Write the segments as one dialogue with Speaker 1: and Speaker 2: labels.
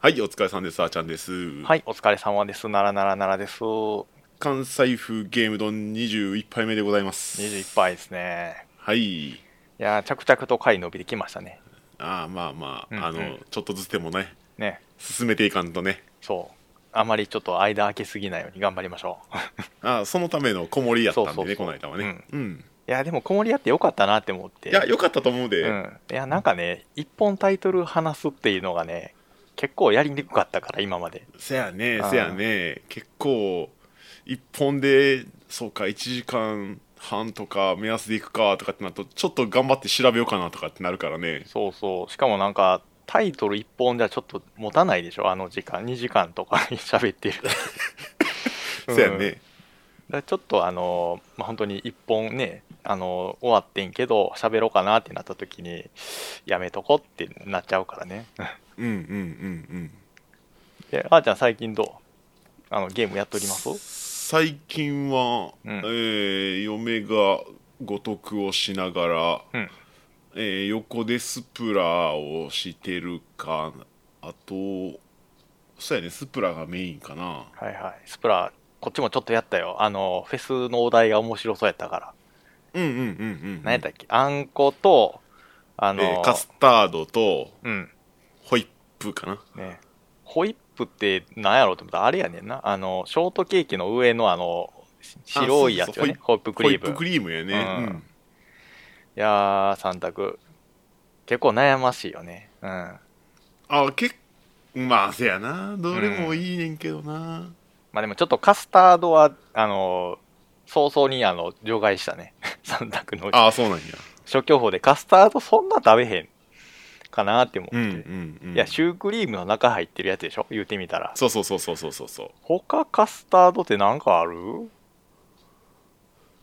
Speaker 1: はい、お疲れさんです、あーちゃんです。
Speaker 2: はい、お疲れ様です。ならならならです。
Speaker 1: 関西風ゲーム丼21杯目でございます。
Speaker 2: 21杯ですね。
Speaker 1: はい。
Speaker 2: いやー、着々と回伸びてきましたね。
Speaker 1: ああ、まあまあ、
Speaker 2: うんうん
Speaker 1: あの、ちょっとずつでもね、
Speaker 2: ね、
Speaker 1: 進めていかんとね。
Speaker 2: そう。あまりちょっと間空けすぎないように頑張りましょう。
Speaker 1: ああ、そのための子守りやったんでね、
Speaker 2: そうそうそう
Speaker 1: この間はね。うん。
Speaker 2: いやー、でも、子守やってよかったなって思って。
Speaker 1: いや、良かったと思うで。
Speaker 2: うん。いや、なんかね、一本タイトル話すっていうのがね、結構やりにくかったから、今まで。
Speaker 1: せやね
Speaker 2: あ、ー
Speaker 1: せやね。結構、一本で、そうか、1時間半とか、目安でいくかとかってなると、ちょっと頑張って調べようかなとかってなるからね。
Speaker 2: そうそう。しかもなんか、タイトル一本じゃちょっと持たないでしょ、あの時間。2時間とか 喋ってる。う ん
Speaker 1: せやね。
Speaker 2: だからちょっとあのー、まあ、本当に一本ね、あのー終わってんけど喋ろうかなってなった時にやめとこってなっちゃうからね
Speaker 1: うんうんうんうん。
Speaker 2: であーちゃん最近どうあのゲームやっております
Speaker 1: 最近は、
Speaker 2: うん
Speaker 1: えー嫁が五徳をしながら、
Speaker 2: うん
Speaker 1: えー横でスプラをしてるかあとそうやねスプラがメインかな
Speaker 2: はいはいスプラこっちもちょっとやったよあのーフェスのお題が面白そうやったから、
Speaker 1: うんうんうんうん
Speaker 2: 何やったっけあんことあ
Speaker 1: え
Speaker 2: のー
Speaker 1: ーカスタードと
Speaker 2: うん
Speaker 1: ホイップかな
Speaker 2: ねホイップって何やろうと思ったらあれやねんなあのーショートケーキの上のあのー白いやつよね
Speaker 1: あ
Speaker 2: ホイップクリ
Speaker 1: ホイ
Speaker 2: ー
Speaker 1: ッ
Speaker 2: ム
Speaker 1: プクリームやね、
Speaker 2: うんいやー、3択。結構悩ましいよね。うん。
Speaker 1: うんあ結まあせやなどれもいいねんけどな、
Speaker 2: まあでもちょっとカスタードは、あのー早々にあの、除外したね。3択 のうち
Speaker 1: ああそうなんや
Speaker 2: 消去法でカスタードそんな食べへんかなって思って。
Speaker 1: うんうんうん
Speaker 2: いや、シュークリームの中入ってるやつでしょ言うてみたら。
Speaker 1: そうそうそうそうそうそうそう
Speaker 2: 他カスタードってなんかある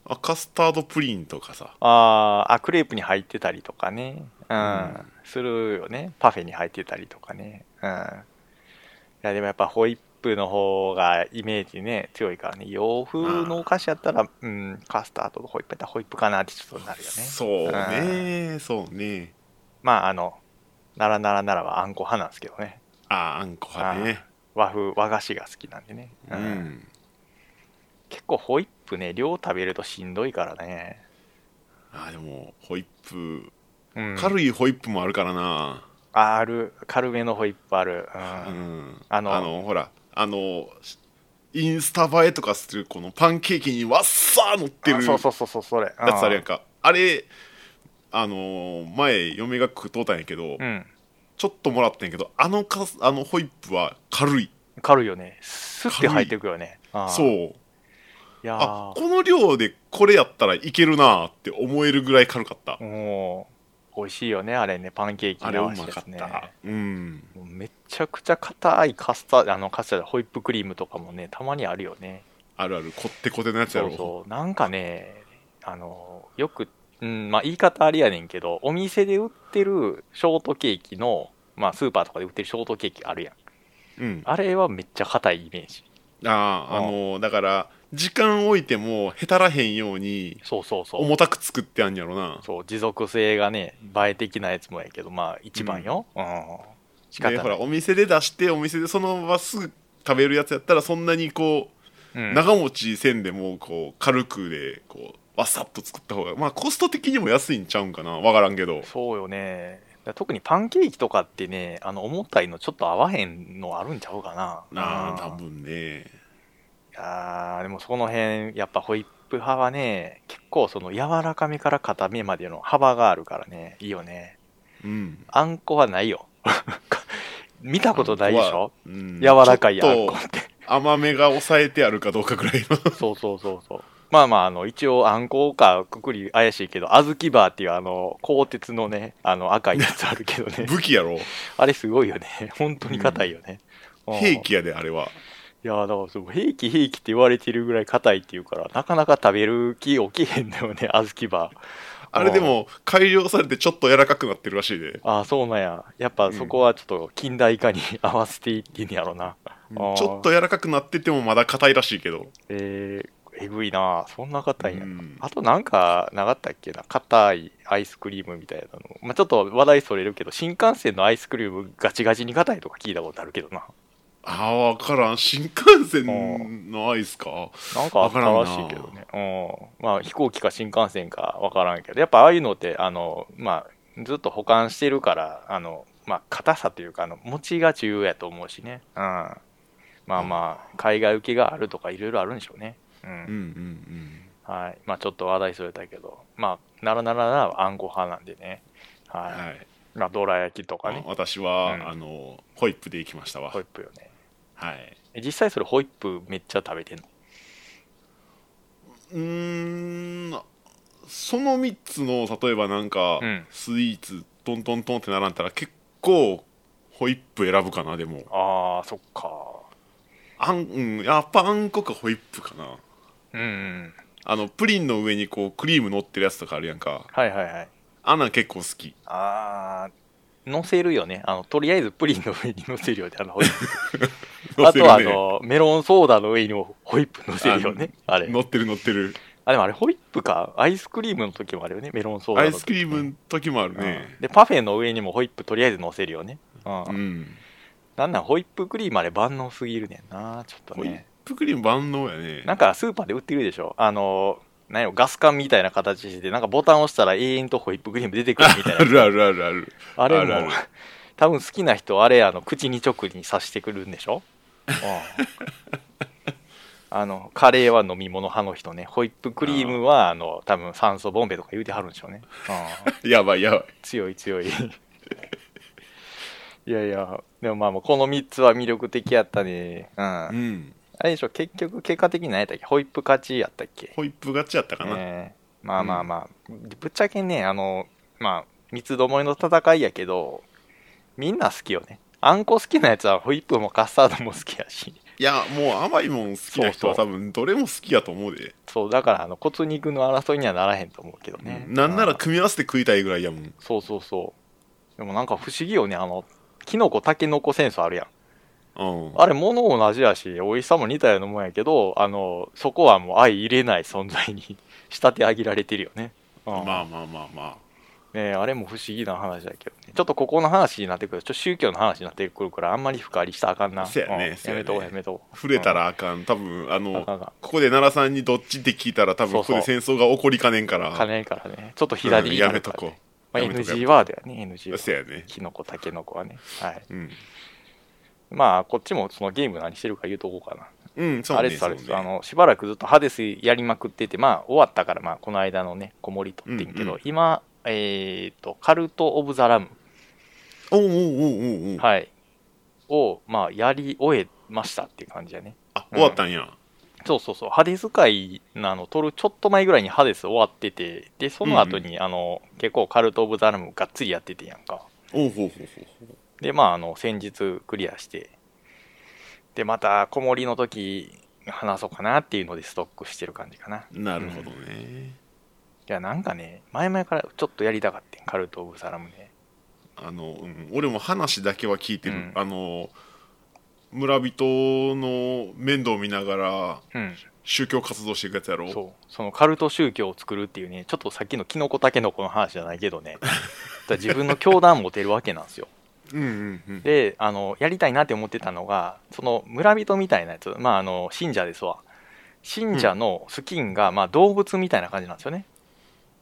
Speaker 1: あカスタードプリンとかさ
Speaker 2: あーあ、クレープに入ってたりとかね。うん。
Speaker 1: うん
Speaker 2: するよね。パフェに入ってたりとかね。うん。いや、でもやっぱホイップの方がイメージね、強いからね。洋風のお菓子やったら、うん、カスタードとホイップやったらホイップかなってちょっとなるよね。
Speaker 1: そうね、そうね。
Speaker 2: まあ、あの、ならならならはあんこ派なんですけどね。
Speaker 1: ああ、あんこ派ね。
Speaker 2: 和風、和菓子が好きなんでね。
Speaker 1: う。ん。
Speaker 2: 結構ホイップね、量食べるとしんどいからね。
Speaker 1: ああ、でも、ホイップ、
Speaker 2: うん。
Speaker 1: 軽いホイップもあるからな。
Speaker 2: ある、軽めのホイップある。うん。
Speaker 1: うん。
Speaker 2: あの
Speaker 1: ほら、あの、インスタ映えとかする、このパンケーキにわっさー乗って
Speaker 2: あ
Speaker 1: る
Speaker 2: そうそうそうそう、それ。
Speaker 1: やつあるやんか。あれ、あの、前、嫁が食うとったんやけど、
Speaker 2: うん。
Speaker 1: ちょっともらったんやけど、あのかす、あのホイップは軽い。
Speaker 2: 軽いよね。スッて入っていくよね。あーい
Speaker 1: そう。
Speaker 2: や
Speaker 1: あ、
Speaker 2: ー
Speaker 1: この量でこれやったらいけるなーって思えるぐらい軽かった。
Speaker 2: もう、美味しいよね、あれね。パンケーキ
Speaker 1: あれ
Speaker 2: の
Speaker 1: う
Speaker 2: 味
Speaker 1: ま
Speaker 2: で
Speaker 1: か
Speaker 2: す
Speaker 1: っ
Speaker 2: ね。
Speaker 1: た。うん。
Speaker 2: もうめちゃくちゃ硬いカスタード、あの、カスタード、ホイップクリームとかもね、たまにあるよね。
Speaker 1: あるある、こってこてのやつや
Speaker 2: そ
Speaker 1: ろ。
Speaker 2: うそう。なんかね、あの、よく、うん、まあ言い方ありやねんけど、お店で売ってるショートケーキの、まあスーパーとかで売ってるショートケーキあるやん。
Speaker 1: うん。あ
Speaker 2: あれはめっちゃ硬いイメージ。
Speaker 1: あー、あのーだから、時間置いてもへたらへんように、
Speaker 2: そうそうそう。
Speaker 1: 重たく作ってあんやろな。
Speaker 2: そう、持続性がね、映え的なやつもやけど、まあ、一番よ。うん。仕方
Speaker 1: で、ほ
Speaker 2: ない。
Speaker 1: ら、お店で出して、お店でそのまますぐ食べるやつやったら、そんなにこ
Speaker 2: う
Speaker 1: う、
Speaker 2: ん、
Speaker 1: 長持ちせんでも、こう、軽くで、こう、わさっと作った方が、まあ、コスト的にも安いんちゃうんかな。わからんけど。
Speaker 2: そうよね。だ特にパンケーキとかってね、あの、重たいのちょっと合わへんのあるんちゃうかな。
Speaker 1: なあ、
Speaker 2: うん
Speaker 1: 多分ね。
Speaker 2: いやーでもその辺、やっぱホイップ派はね、結構その柔らかめから固めまでの幅があるからね、いいよね。
Speaker 1: うん。
Speaker 2: あんこはな いよ。見たことないでしょ
Speaker 1: うん
Speaker 2: 柔らかいあん
Speaker 1: ちょ
Speaker 2: こ
Speaker 1: っ
Speaker 2: って。
Speaker 1: と甘めが抑えてあるかどうかぐらいの。
Speaker 2: そうそうそうそう。まあまあ、あの、一応、あんこか、くくり怪しいけど、あずきバーっていう、あの、鋼鉄のね、あの、赤いやつあるけどね。
Speaker 1: 武器やろ。
Speaker 2: あれすごいよね。本当に硬いよね。うん
Speaker 1: 兵器やで、あれは。
Speaker 2: いや、だからそう、兵器兵器って言われてるぐらい硬いっていうから、なかなか食べる気起きへんだよね、あずきバー。
Speaker 1: あれでも改良されてちょっと柔らかくなってるらしいで、
Speaker 2: ああ、そうなんや。やっぱそこはちょっと近代化に 合わせていってんやろな。
Speaker 1: ちょっと柔らかくなっててもまだ硬いらしいけど
Speaker 2: えー、えぐいなそんな硬いんや、
Speaker 1: うん
Speaker 2: あとなんかなかったっけな硬いアイスクリームみたいなの、まあ、ちょっと話題それるけど新幹線のアイスクリームガチガチに硬いとか聞いたことあるけどな
Speaker 1: ああわからん新幹線のアイスか
Speaker 2: なんかあったらしいけどね、うん、まあ飛行機か新幹線かわからんけどやっぱああいうのってあのまあずっと保管してるからあのまあ硬さというかあの持ちが重要やと思うしねうんまあまあ海外受けがあるとかいろいろあるんでしょうねうん
Speaker 1: うんうんうん
Speaker 2: はい。まあちょっと話題それたけど、まあ、ならならならあんこ派なんでね。はい。
Speaker 1: はい、
Speaker 2: まあ、どら焼きとか
Speaker 1: あ
Speaker 2: ね。
Speaker 1: 私は、
Speaker 2: うん
Speaker 1: あのホイップで行きましたわ
Speaker 2: ホイップよね。
Speaker 1: はい
Speaker 2: え実際それホイップめっちゃ食べてんの
Speaker 1: うーんその3つの例えばなんか、
Speaker 2: うん
Speaker 1: スイーツトントントンって並んだら結構ホイップ選ぶかなでも
Speaker 2: ああ、そっか。
Speaker 1: あん、うん、やっぱあんこかホイップかな
Speaker 2: うん、うん。
Speaker 1: あのプリンの上にこうクリーム乗ってるやつとかあるやんか
Speaker 2: はいはいはい。
Speaker 1: あんなん結構好き
Speaker 2: ああ、乗せるよね。あの、とりあえずプリンの上に乗せるよね。あ の、ホイップ
Speaker 1: 乗
Speaker 2: あ
Speaker 1: せる
Speaker 2: と
Speaker 1: ね
Speaker 2: はあの、メロンソーダの上にもホイップ乗せるよね。あれ。
Speaker 1: 乗ってる乗ってる
Speaker 2: あ、でもあれホイップか。アイスクリームの時もあるよね。メロンソーダ
Speaker 1: ア
Speaker 2: の
Speaker 1: イ
Speaker 2: 時
Speaker 1: スクリームの時もあるね
Speaker 2: うんで、パフェの上にもホイップとりあえず乗せるよね。うん
Speaker 1: うん、
Speaker 2: なんなんホイップクリームあれ万能すぎるねんなちょっと
Speaker 1: ホイッ
Speaker 2: ね
Speaker 1: プクリーム万能やね
Speaker 2: なんかスーパーで売ってるでしょあのなんやろガス缶みたいな形してなんかボタン押したら永遠とホイップクリーム出てくるみたい
Speaker 1: あ
Speaker 2: な
Speaker 1: るあるあるある
Speaker 2: あれも
Speaker 1: あるある
Speaker 2: 多分好きな人あれあの口に直に刺してくるんで しょ、うんあのカレーは飲み物派の人ねホイップクリームはあの多分酸素ボンベとか言うてはるんでしょうね、うん
Speaker 1: やばいやばい
Speaker 2: 強い強い いやいやでもまあもうこの3つは魅力的やったねうん、あ
Speaker 1: うん
Speaker 2: れでしょ結局結果的に何やったっけホイップ勝ちやったっけ
Speaker 1: ホイップ勝ちやったかな、
Speaker 2: えーまあまあまあ、ぶっちゃけねあのまあ三つどもえの戦いやけどみんな好きよねあんこ好きなやつはホイップもカスタードも好きやし
Speaker 1: いやもう甘いもん好きな人は
Speaker 2: そ
Speaker 1: 多分どれも好きやと思うで
Speaker 2: そうだからあの骨肉の争いにはならへんと思うけどね、
Speaker 1: なんな
Speaker 2: う
Speaker 1: ら組み合わせて食いたいぐらいやもん
Speaker 2: そうそうそうでもなんか不思議よねあのキノコタケノコセンスあるやん
Speaker 1: うん
Speaker 2: あれ、物同じやし、美味しさも似たようなもんやけど、あの、そこはもう相入れない存在に 仕立て上げられてるよね。うん
Speaker 1: まあまあまあま
Speaker 2: ねあれも不思議な話だけどね。ちょっとここの話になってくると、ちょっと宗教の話になってくるから、あんまり深入りしたらあかんな。
Speaker 1: そうやね
Speaker 2: ん
Speaker 1: そうやね
Speaker 2: めとこう、やめとこ
Speaker 1: あ触れたらあかん多分あ
Speaker 2: う。あ
Speaker 1: の
Speaker 2: かんあか
Speaker 1: ここで奈良さんにどっちって聞いたら多分
Speaker 2: そう
Speaker 1: こ
Speaker 2: そ
Speaker 1: こ
Speaker 2: う
Speaker 1: で戦争が起こりかねんから
Speaker 2: ん。金やからね。ちょっと左
Speaker 1: うん
Speaker 2: に
Speaker 1: や
Speaker 2: な
Speaker 1: め
Speaker 2: る
Speaker 1: と
Speaker 2: からね、
Speaker 1: こ
Speaker 2: まあ、
Speaker 1: やめとこ
Speaker 2: NG ワードやね、NG
Speaker 1: う
Speaker 2: ワー
Speaker 1: そやね
Speaker 2: ド。キノコ、タケノコはね。はい。
Speaker 1: うん、
Speaker 2: まあ、こっちもそのゲーム何してるか言うとこうかな。
Speaker 1: うん、そう
Speaker 2: あ
Speaker 1: ね
Speaker 2: れです、あれで
Speaker 1: そう
Speaker 2: す。
Speaker 1: ね
Speaker 2: あの、しばらくずっとハデスやりまくってて、まあ、終わったから、まあ、この間のね、子守取ってんけど、
Speaker 1: うんうん
Speaker 2: 今、えっと、カルト・オブ・ザ・ラム、
Speaker 1: おうおうおうおうおう
Speaker 2: はい、を、まあ、やり終えましたっていう感じやね。
Speaker 1: あ終わったんや、
Speaker 2: そうそうそう、ハデス界なの、取るちょっと前ぐらいにハデス終わってて、で、その後に、あの、結構カルト・オブ・ザ・ラムがっつりやっててやんか。
Speaker 1: おうほうほうほう
Speaker 2: で、まあ、あの、先日クリアして、で、また、子守の時、話そうかなっていうのでストックしてる感じかな。
Speaker 1: なるほどね、
Speaker 2: いや、なんかね、前々からちょっとやりたかったカルト・オブ・サラムね。
Speaker 1: あの、うん、俺も話だけは聞いてる、
Speaker 2: うん
Speaker 1: あの村人の面倒見ながら
Speaker 2: うん、
Speaker 1: 宗教活動していくやつやろ
Speaker 2: そう。そのカルト宗教を作るっていうね、ちょっとさっきのキノコタケノコの話じゃないけどね、だから自分の教団持てるわけなんですよ。
Speaker 1: うんうんうん
Speaker 2: で、あの、やりたいなって思ってたのが、その村人みたいなやつ、まあ、あの、信者ですわ。信者のスキンが、まあ、動物みたいな感じなんですよね。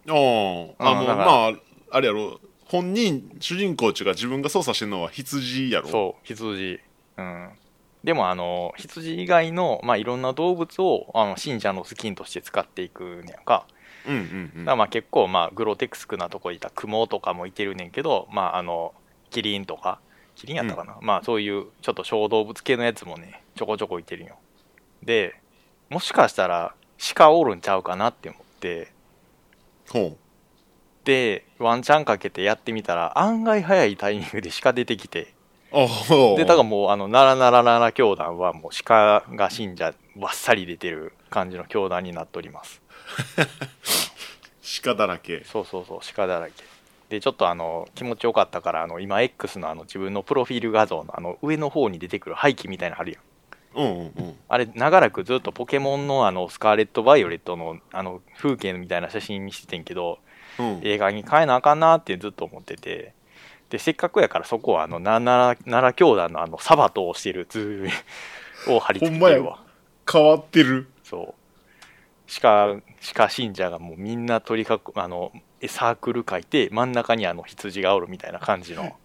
Speaker 1: あーあの
Speaker 2: だから
Speaker 1: まああれやろ本人主人公っちゅうか自分が操作してるのは羊やろ
Speaker 2: そう、羊。うん。でも、あの、羊以外の、まあ、いろんな動物を、あの、信者のスキンとして使っていくんやんか。
Speaker 1: う、んうんう
Speaker 2: だ
Speaker 1: ん、
Speaker 2: からまあ結構まあグロテクスクなとこにいたクモとかもいてるねんけど、まあ、あのキリンとかキリンやったかな、まあそういうちょっと小動物系のやつもねちょこちょこいてるんよでもしかしたら鹿おるんちゃうかなって思って
Speaker 1: ほ
Speaker 2: でワンチャンかけてやってみたら案外早いタイミングで鹿出てきて
Speaker 1: うあほう
Speaker 2: でだからもうあの奈良奈良奈良教団はもう鹿が信者ばっさり出てる感じの教団になっております
Speaker 1: 鹿だらけ
Speaker 2: そうそうそう鹿だらけでちょっとあの気持ちよかったからあの今 X のあの自分のプロフィール画像のあの上の方に出てくる廃棄みたいなのあるやん
Speaker 1: うんうんうん
Speaker 2: あれ、長らくずっとポケモンのあの、スカーレット・バイオレットのあの、風景みたいな写真にしててんけど、
Speaker 1: うん
Speaker 2: 映画に変えなあかんなってずっと思ってて、で、せっかくやからそこはあの、奈良、奈良教団のあの、サバトをしてる図を貼り付けてるわ。
Speaker 1: 変わってる
Speaker 2: そう。鹿、鹿信者がもうみんな取り囲む、あの、サークル書いて、真ん中にあの羊がおるみたいな感じの。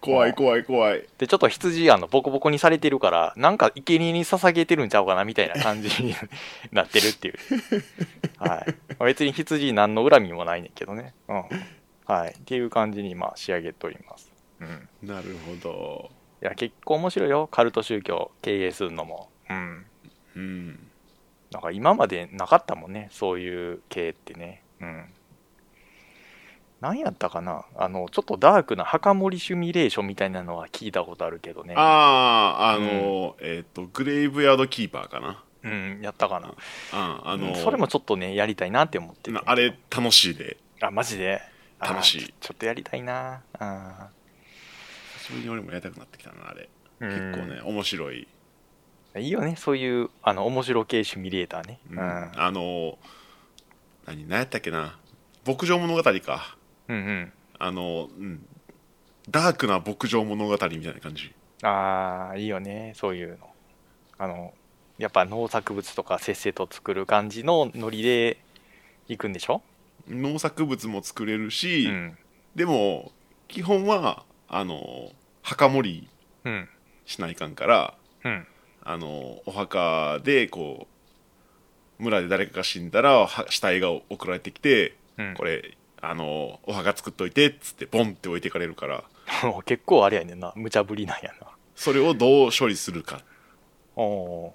Speaker 1: 怖
Speaker 2: う
Speaker 1: い
Speaker 2: ん
Speaker 1: 怖い怖い
Speaker 2: で、ちょっと羊、あの、ボコボコにされてるから、なんか生贄に捧げてるんちゃうかなみたいな感じに なってるっていう。はい。まあ別に羊に何の恨みもないねんけどね。うん。はい。っていう感じに、まあ、仕上げております。うん。い
Speaker 1: なるほど
Speaker 2: や、結構面白いよ。カルト宗教経営するのも。うん。
Speaker 1: うん
Speaker 2: なんか今までなかったもんね、そういう系ってね。うん。何やったかなあの、ちょっとダークな墓守シミュレーションみたいなのは聞いたことあるけどね。
Speaker 1: あああの、えっ、とグレイブヤードキーパーかな
Speaker 2: うん、やったかな。
Speaker 1: ああの、
Speaker 2: うんそれもちょっとね、やりたいなって思ってて
Speaker 1: なあれ楽しいで
Speaker 2: あ、マジであー
Speaker 1: 楽しい
Speaker 2: ちょちょっとやりたいな。あ
Speaker 1: 久しぶりに俺もやりたくなってきたなあれ
Speaker 2: ー
Speaker 1: 結構ね、。面白い、
Speaker 2: うんいいよね、そういう、あの、面白系シミュレーターね。
Speaker 1: うんあの何何やったっけな牧場物語か
Speaker 2: うん、うん、うん。
Speaker 1: あの、うん、ダークな牧場物語みたいな感じ
Speaker 2: ああ、いいよね、そういうの。あの、やっぱ農作物とかせっせと作る感じのノリで行くんでしょ
Speaker 1: 農作物も作れる
Speaker 2: う
Speaker 1: し、
Speaker 2: ん。
Speaker 1: でも基本はあの墓守り
Speaker 2: うん。
Speaker 1: しないかんから
Speaker 2: うん。
Speaker 1: あのお墓でこう村で誰かが死んだらは死体が送られてきて、
Speaker 2: うん、
Speaker 1: これあのお墓作っといてっつってボンって置いていかれるから
Speaker 2: もう 結構あれやねんな、無茶ぶりなんやな。
Speaker 1: それをどう処理するか
Speaker 2: おお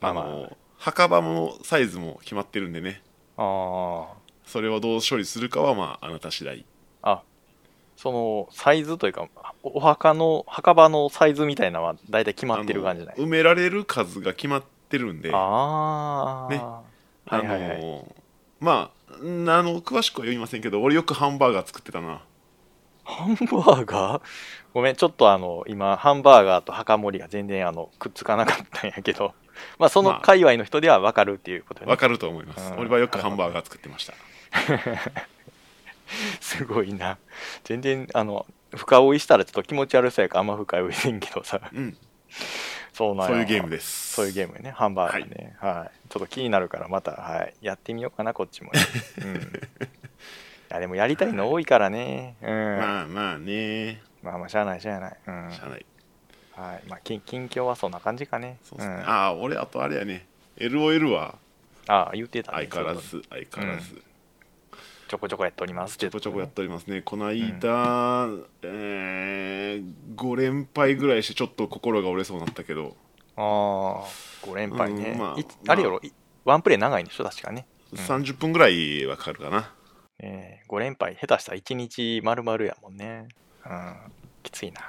Speaker 2: ー。
Speaker 1: あ
Speaker 2: まあ
Speaker 1: の、
Speaker 2: ま
Speaker 1: 墓場もサイズも決まってるんでね
Speaker 2: あ。ああ。
Speaker 1: それをどう処理するかはまああなた次第
Speaker 2: その、サイズというか、おお墓の、墓場のサイズみたいなのは大体決まってる感じじゃない
Speaker 1: あの埋められる数が決まってるんで
Speaker 2: ああ。
Speaker 1: ね
Speaker 2: はいはいはい
Speaker 1: あのまあんあの詳しくは言いませんけど俺よくハンバーガー作ってたな
Speaker 2: ハンバーガーごめん、ちょっとあの、今、ハンバーガーと墓盛りが全然あの、くっつかなかったんやけど、 まあ、その界隈の人ではわかるっていうことね
Speaker 1: わ。かると思います
Speaker 2: うん
Speaker 1: 俺はよくハンバーガー作ってました
Speaker 2: すごいな。全然、あの、深追いしたらちょっと気持ち悪そうやからあんま深追いせんけどさ、
Speaker 1: うん
Speaker 2: そうなんや
Speaker 1: そういうゲームです
Speaker 2: そういうゲームね、ハンバーガーね。はい。ちょっと気になるから、また、はい。やってみようかな、こっちも ね。うん。いや、でもやりたいの多いからね。うん。まあ、
Speaker 1: まあまあね
Speaker 2: まあ、しゃあない、しゃあない。うん。
Speaker 1: しゃあない
Speaker 2: はい。まあ、近近況はそんな感じかね。
Speaker 1: そうっすね
Speaker 2: ん
Speaker 1: ああ俺あとあれやね LOL は
Speaker 2: ああ、言ってた、ね、
Speaker 1: 相変わら
Speaker 2: そういうこ
Speaker 1: ず相変わらず、
Speaker 2: とちょこちょこやっております
Speaker 1: ちょこちょこやってておりますね、この間、えー、5連敗ぐらいして、ちょっと心が折れそうになったけど、
Speaker 2: ああ5連敗ね、
Speaker 1: うんまあ
Speaker 2: いあれやろ、いワンプレー長いんでしょ確かね、うん
Speaker 1: 30分ぐらいはかかるかな、
Speaker 2: えー、5連敗下手したら1日丸々やもんねうんきついな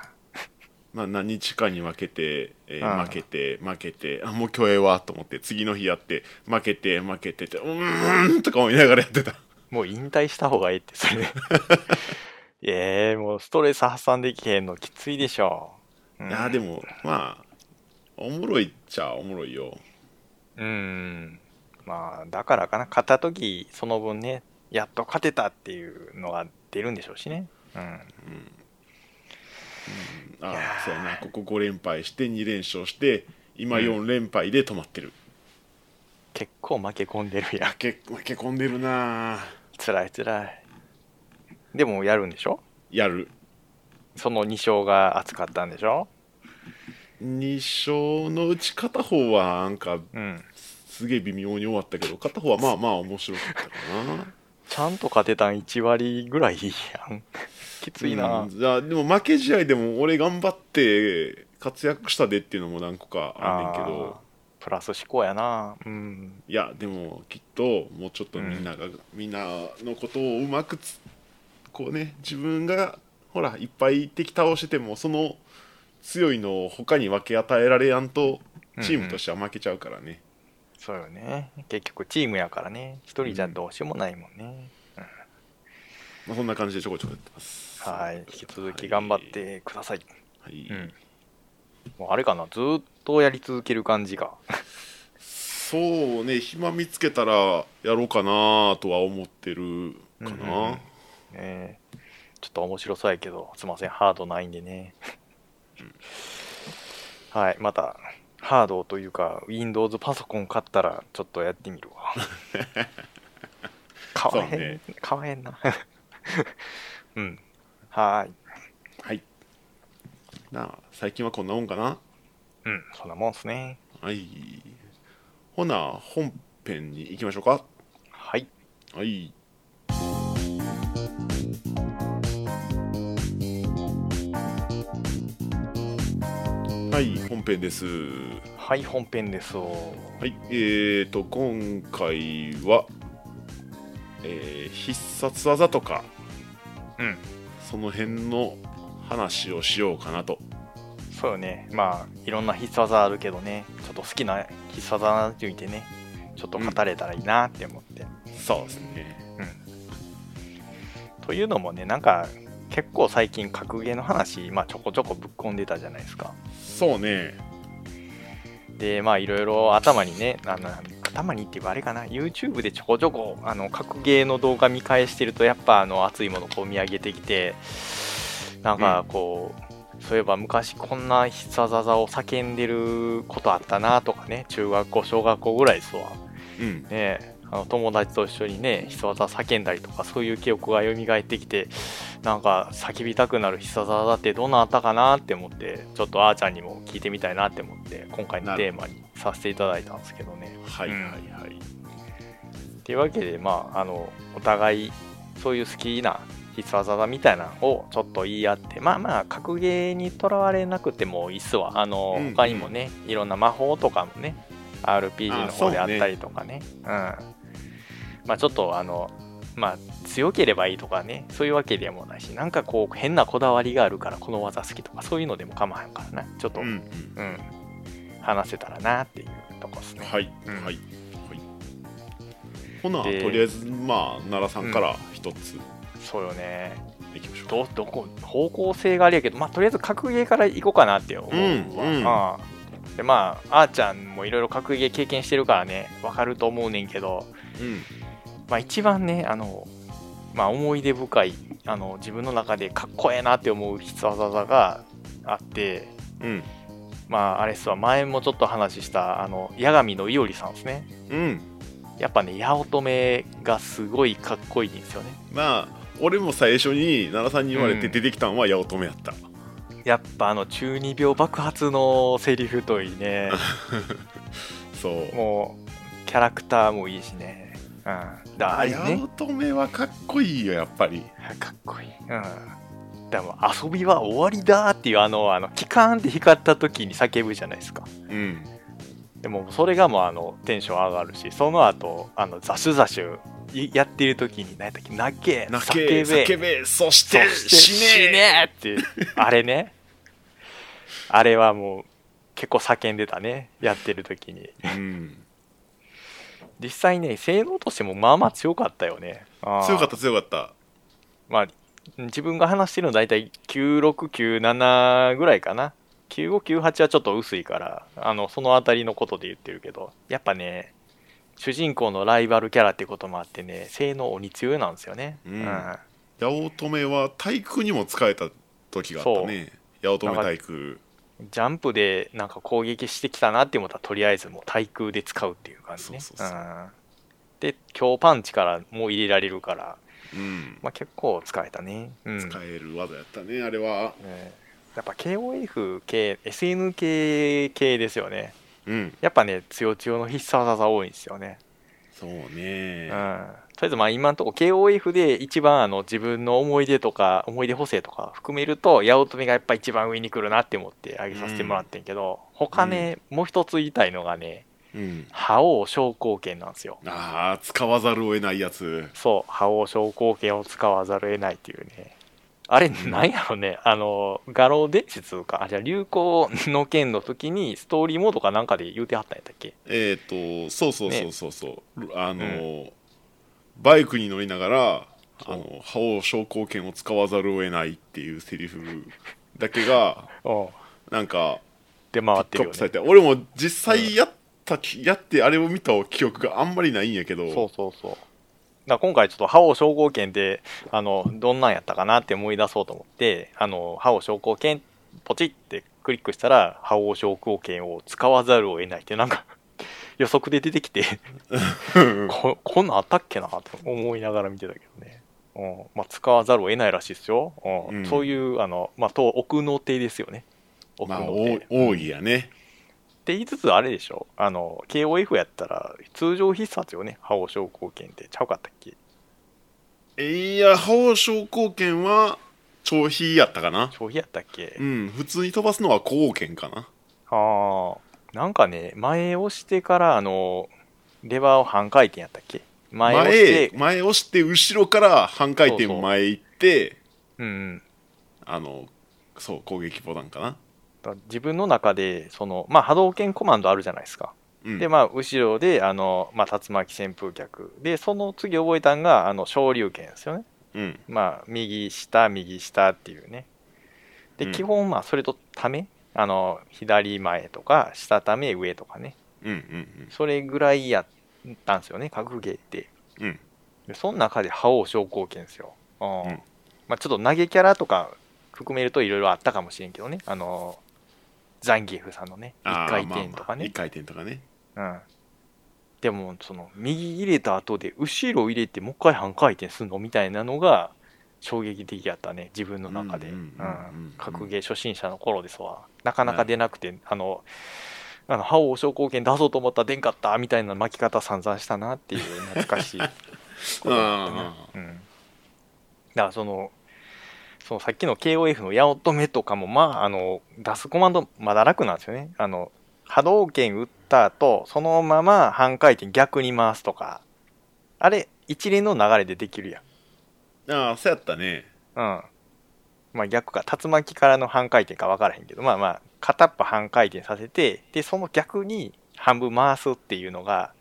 Speaker 1: まあ、何日かに分けて、えー
Speaker 2: うん
Speaker 1: 負けて、負けて、あもう今日ええわと思って、次の日やって、負けて、負けてって、うーんとか思いながらやってた、
Speaker 2: もう引退した方がいいって それええもうストレス発散できへんのきついでしょ、う
Speaker 1: い
Speaker 2: ん、
Speaker 1: やーでも、まあ、おもろいっちゃおもろいよ、
Speaker 2: うんまあだからかな勝った時その分ねやっと勝てたっていうのが出るんでしょうしねうん
Speaker 1: あ
Speaker 2: いや
Speaker 1: あ
Speaker 2: ー
Speaker 1: そうやな、ここ5連敗して、2連勝して、今
Speaker 2: うん
Speaker 1: 4連敗で止まってる、
Speaker 2: 結構負け込んでるやん
Speaker 1: 負け負け込んでるなー
Speaker 2: つらいつらいでもやるんでしょ
Speaker 1: やる。
Speaker 2: その2勝が熱かったんでしょ
Speaker 1: 2勝のうち片方はなんか
Speaker 2: うん
Speaker 1: すげえ微妙に終わったけど片方はまあまあ面白かったかな
Speaker 2: ちゃんと勝てたん1割ぐらいやん きついな、
Speaker 1: うんじゃあでも負け試合でも俺頑張って活躍したでっていうのも何個かあんねんけ
Speaker 2: あー
Speaker 1: ど
Speaker 2: プラス思考やなうん
Speaker 1: いやでもきっともうちょっとみんなが、みんなのことをうまくつこうね自分がほらいっぱい敵倒しててもその強いのを他に分け与えられやんとチームとしては負けちゃうからね、
Speaker 2: そうよね結局チームやからね一人じゃどうしようもないもんね、
Speaker 1: まあ、そんな感じでちょこちょこやってます
Speaker 2: はい引き続き頑張っ、てください、
Speaker 1: はい
Speaker 2: うんもうあれかな、ずーっとやり続ける感じが。
Speaker 1: そうね暇見つけたらやろうかなとは思ってるかな、
Speaker 2: うんうんうんねえちょっと面白そうやけど、すいません、ハードないんでね。はい、また、ハードというか、Windows パソコン買ったら、ちょっとやって みるわ。買わへ
Speaker 1: そう
Speaker 2: ん、
Speaker 1: ね
Speaker 2: 買わへんな。 うん。はーい。
Speaker 1: はいなあ最近はこんなもんかな
Speaker 2: うん、そんなもんっすね。
Speaker 1: はいほな本編に行きましょうか
Speaker 2: はい。
Speaker 1: はいはい本編です
Speaker 2: はい、本編ですお
Speaker 1: はいえーと今回はえー必殺技とか
Speaker 2: うん。
Speaker 1: その辺の話をしようかなと
Speaker 2: そうよね。まあ、いろんな必殺技あるけどね、ちょっと好きな必殺技についてね、ちょっと語れたらいいなって思って。
Speaker 1: そうですね
Speaker 2: というのもね、なんか、結構最近、格ゲーの話、まあ、ちょこちょこぶっ込んでたじゃないですか。
Speaker 1: そうね
Speaker 2: で、まあ、いろいろ頭にね、あの頭にっていうか、あれかな、YouTube でちょこちょこ、あの、格ゲーの動画見返してると、やっぱ、あの、熱いものこう見上げてきて、なんか、こう、そういえば昔こんな必殺技を叫んでることあったなとかね、中学校、小学校ぐらいですわ。
Speaker 1: うん
Speaker 2: ねえあの友達と一緒にね必殺技叫んだりとかそういう記憶が蘇ってきてなんか叫びたくなる必殺技ってどんなあったかなって思ってちょっとあーちゃんにも聞いてみたいなって思って今回のテーマにさせていただいたんですけどね。
Speaker 1: はいはいはい
Speaker 2: というわけでまああのお互いそういう好きな必殺技みたいなのをちょっと言い合ってまあまあ格ゲーにとらわれなくてもいいっすわあの、
Speaker 1: うん
Speaker 2: 他にもねいろんな魔法とかもね RPG の方であ
Speaker 1: あそう
Speaker 2: っ
Speaker 1: ね
Speaker 2: たりとかねうんまあちょっとあのまあ強ければいいとかねそういうわけでもないしなんかこう変なこだわりがあるからこの技好きとかそういうのでも構わへんからなちょっと、
Speaker 1: う
Speaker 2: うんん話せたらなっていうとこです
Speaker 1: うん
Speaker 2: ね
Speaker 1: はいは
Speaker 2: う
Speaker 1: い
Speaker 2: ん
Speaker 1: はいほなと
Speaker 2: で
Speaker 1: りあえずまあ奈良さんから一つ
Speaker 2: そうよね
Speaker 1: いきましょう
Speaker 2: どどこ方向性がありやけど、まあ、とりあえず格ゲーから行こうかなって思うわ、
Speaker 1: うんうん
Speaker 2: ああでまああーちゃんもいろいろ格ゲー経験してるからねわかると思うねんけど、
Speaker 1: うん
Speaker 2: まあ、一番ねあの、まあ、思い出深いあの自分の中でかっこええなって思う必殺技があって
Speaker 1: うん
Speaker 2: まああれっすわ前もちょっと話したあの八神のいおりさんですね
Speaker 1: うん
Speaker 2: やっぱね八乙女がすごいかっこいいんですよね
Speaker 1: まあ俺も最初に奈良さんに言われ
Speaker 2: う
Speaker 1: て
Speaker 2: ん
Speaker 1: 出てきたんは八乙女やった、
Speaker 2: やっぱあの中二病爆発のセリフといいね
Speaker 1: そう
Speaker 2: もうキャラクターもいいしね。うん。だあ
Speaker 1: あ
Speaker 2: あいうね
Speaker 1: 八。乙女はかっこいいよやっぱり
Speaker 2: かっこいい。うん。だからもう遊びは終わりだっていうあの、あの、キカーンって光った時に叫ぶじゃないですか。
Speaker 1: うん
Speaker 2: でもそれがもうあの、テンション上がるし、その後、あの、ザシュザシュいやってる時に、何やったっけ、泣け、
Speaker 1: 泣け
Speaker 2: 叫べ、
Speaker 1: 叫べそし
Speaker 2: そ
Speaker 1: て
Speaker 2: して
Speaker 1: 死ね
Speaker 2: 死ねっていう、あれね。あれはもう、結構叫んでたね。やってる時に。
Speaker 1: うん
Speaker 2: 実際ね、性能としてもまあまあ強かったよね。あー
Speaker 1: 強かった強かった
Speaker 2: まあ、自分が話してるの大体9697ぐらいかな9598はちょっと薄いからあのその辺りのことで言ってるけどやっぱね主人公のライバルキャラってこともあってね性能鬼強いなんですよね、
Speaker 1: うん八乙女は体育にも使えた時があったね八乙女体育
Speaker 2: ジャンプでなんか攻撃してきたなって思ったらとりあえずもう対空で使うっていう感じね
Speaker 1: そうそうそうん
Speaker 2: で強パンチからもう入れられるから、
Speaker 1: うん、
Speaker 2: まあ、結構使えたね、うん、
Speaker 1: 使える技やったねあれは
Speaker 2: ねやっぱ KOF 系 SN 系系ですよね
Speaker 1: うん
Speaker 2: やっぱね強強の必殺技多いんですよね、
Speaker 1: そう
Speaker 2: うん、
Speaker 1: ね
Speaker 2: とりあえずまあ今のとこ KOF で一番あの自分の思い出とか思い出補正とか含めると八乙女がやっぱ一番上に来るなって思って挙げさせてもらってんけど、他ね、もう一つ言いたいのがね
Speaker 1: うん
Speaker 2: 覇王昇降剣なんですよ
Speaker 1: ああ使わざるを得ないやつ
Speaker 2: そう覇王昇降剣を使わざるを得ないっていうねあれ
Speaker 1: ん
Speaker 2: なんやろねあの画廊伝説かあじゃあ流行の剣の時にストーリーモードかなんかで言うてはったんやったっけ
Speaker 1: えー、とそうそうそうそうそう、あのー、バイクに乗りながら
Speaker 2: そ
Speaker 1: あ
Speaker 2: う
Speaker 1: の覇王昇降剣 を使わざるを得ないっていうセリフだけが
Speaker 2: お
Speaker 1: なんか
Speaker 2: 出回っ
Speaker 1: ピックアッ
Speaker 2: てるよ
Speaker 1: プされ
Speaker 2: ね
Speaker 1: て、俺も実際やったき、やってあれを見た記憶があんまりないんやけど
Speaker 2: そうそうそうだから今回ちょっと覇王昇降拳であのどんなんやったかなって思い出そうと思ってあの覇王昇降拳ポチってクリックしたら覇王昇降拳を使わざるを得ないってなんか予測で出てきて ここんなんあったっけなと思いながら見てたけどね、うんまあ、使わざるを得ないらしいですよ、うん
Speaker 1: うん
Speaker 2: そういうあの、まあ、と奥の手ですよね奥
Speaker 1: まあ
Speaker 2: の手、
Speaker 1: お奥義やね
Speaker 2: って言いつつあれでしょあの KOF やったら通常必殺よね覇王昇降拳ってちゃうかったっけ
Speaker 1: いや覇王昇降剣は長飛やったかな
Speaker 2: 消費やったっけ、
Speaker 1: うん普通に飛ばすのは高剣かな
Speaker 2: ああなんかね前押してからあのレバーを半回転やったっけ前押して
Speaker 1: 前前押して後ろから半回転
Speaker 2: そうそう
Speaker 1: 前行って
Speaker 2: うんうん
Speaker 1: あのそう攻撃ボタンかな、
Speaker 2: だから自分の中でその、まあ、波動拳コマンドあるじゃないですか
Speaker 1: うん、
Speaker 2: でまあ後ろであの、まあ、竜巻旋風脚でその次覚えたんがあの昇竜拳ですよね
Speaker 1: うん
Speaker 2: まあ右下右下っていうねで、
Speaker 1: うん
Speaker 2: 基本まあそれとためあの左前とか下ため上とかね
Speaker 1: うんうん
Speaker 2: それぐらいやったんですよね格ゲーって
Speaker 1: うんうん
Speaker 2: でその中で覇王昇降拳ですよ、うん
Speaker 1: うん
Speaker 2: まあ、ちょっと投げキャラとか含めるといろいろあったかもしれんけどねあのザンギーフさんのね
Speaker 1: あー
Speaker 2: 一回
Speaker 1: まあ
Speaker 2: 転
Speaker 1: まあ
Speaker 2: とかね、
Speaker 1: 一回転とかね
Speaker 2: うん、でもその右入れた後で後ろ入れてもう一回半回転するのみたいなのが衝撃的やったね自分の中で
Speaker 1: う
Speaker 2: うん
Speaker 1: う
Speaker 2: ん
Speaker 1: んうんうんうん
Speaker 2: 格ゲー初心者の頃ですわなかなか出なくて、あのあの覇王昇降拳出そうと思ったら出んかったみたいな巻き方散々したなっていう懐かしいことだったね
Speaker 1: あ、
Speaker 2: うん、だからそのそのさっきの KOF の八乙女とかも、まあ、あの出すコマンドまだ楽なんですよねあの波動拳打った後そのまま半回転逆に回すとかあれ一連の流れでできるやん
Speaker 1: ああそうやったね
Speaker 2: うんまあ逆か竜巻からの半回転か分からへんけどまあまあ片っぽ半回転させてでその逆に半分回すっていうのが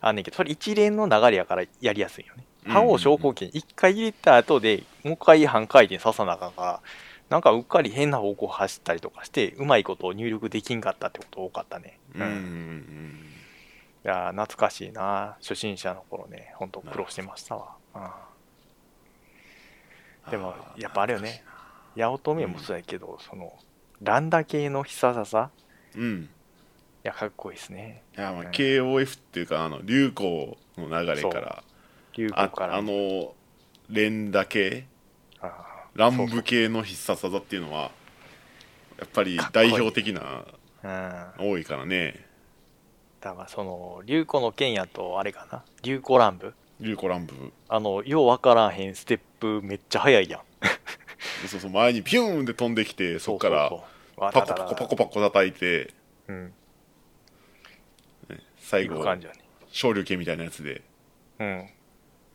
Speaker 2: あんねんけどそれ一連の流れやからやりやすいよね
Speaker 1: うん
Speaker 2: 覇王昇降拳一回入れた後でもう一回半回転ささなあかんからなんかうっかり変な方向走ったりとかしてうまいことを入力できんかったってこと多かったね
Speaker 1: うんうんう
Speaker 2: い
Speaker 1: ん
Speaker 2: やー懐かしいな初心者の頃ね本当苦労してましたわ、うん
Speaker 1: うん
Speaker 2: でも
Speaker 1: あー
Speaker 2: やっぱあれよね八乙女もそうやけど、そのランダ系の必殺技
Speaker 1: うん
Speaker 2: いやかっこいいですね
Speaker 1: いやまあ
Speaker 2: うん
Speaker 1: KOF っていうかあの流行の流れから
Speaker 2: 流行
Speaker 1: あ
Speaker 2: から
Speaker 1: あの連打系
Speaker 2: あ
Speaker 1: 乱舞系の必殺技っていうのはやっぱり代表的な
Speaker 2: ーうん
Speaker 1: 多いからね
Speaker 2: だからその流行の剣やとあれかな流行乱舞
Speaker 1: 流行乱舞
Speaker 2: あのようわからんへんステップめっちゃ速いやん
Speaker 1: そうそう前にピューンって飛んできてそこから
Speaker 2: うそうわ
Speaker 1: パコパコパコパコ叩いて
Speaker 2: うん
Speaker 1: 最
Speaker 2: い
Speaker 1: 後
Speaker 2: く感じやね
Speaker 1: 昇竜系みたいなやつで
Speaker 2: うん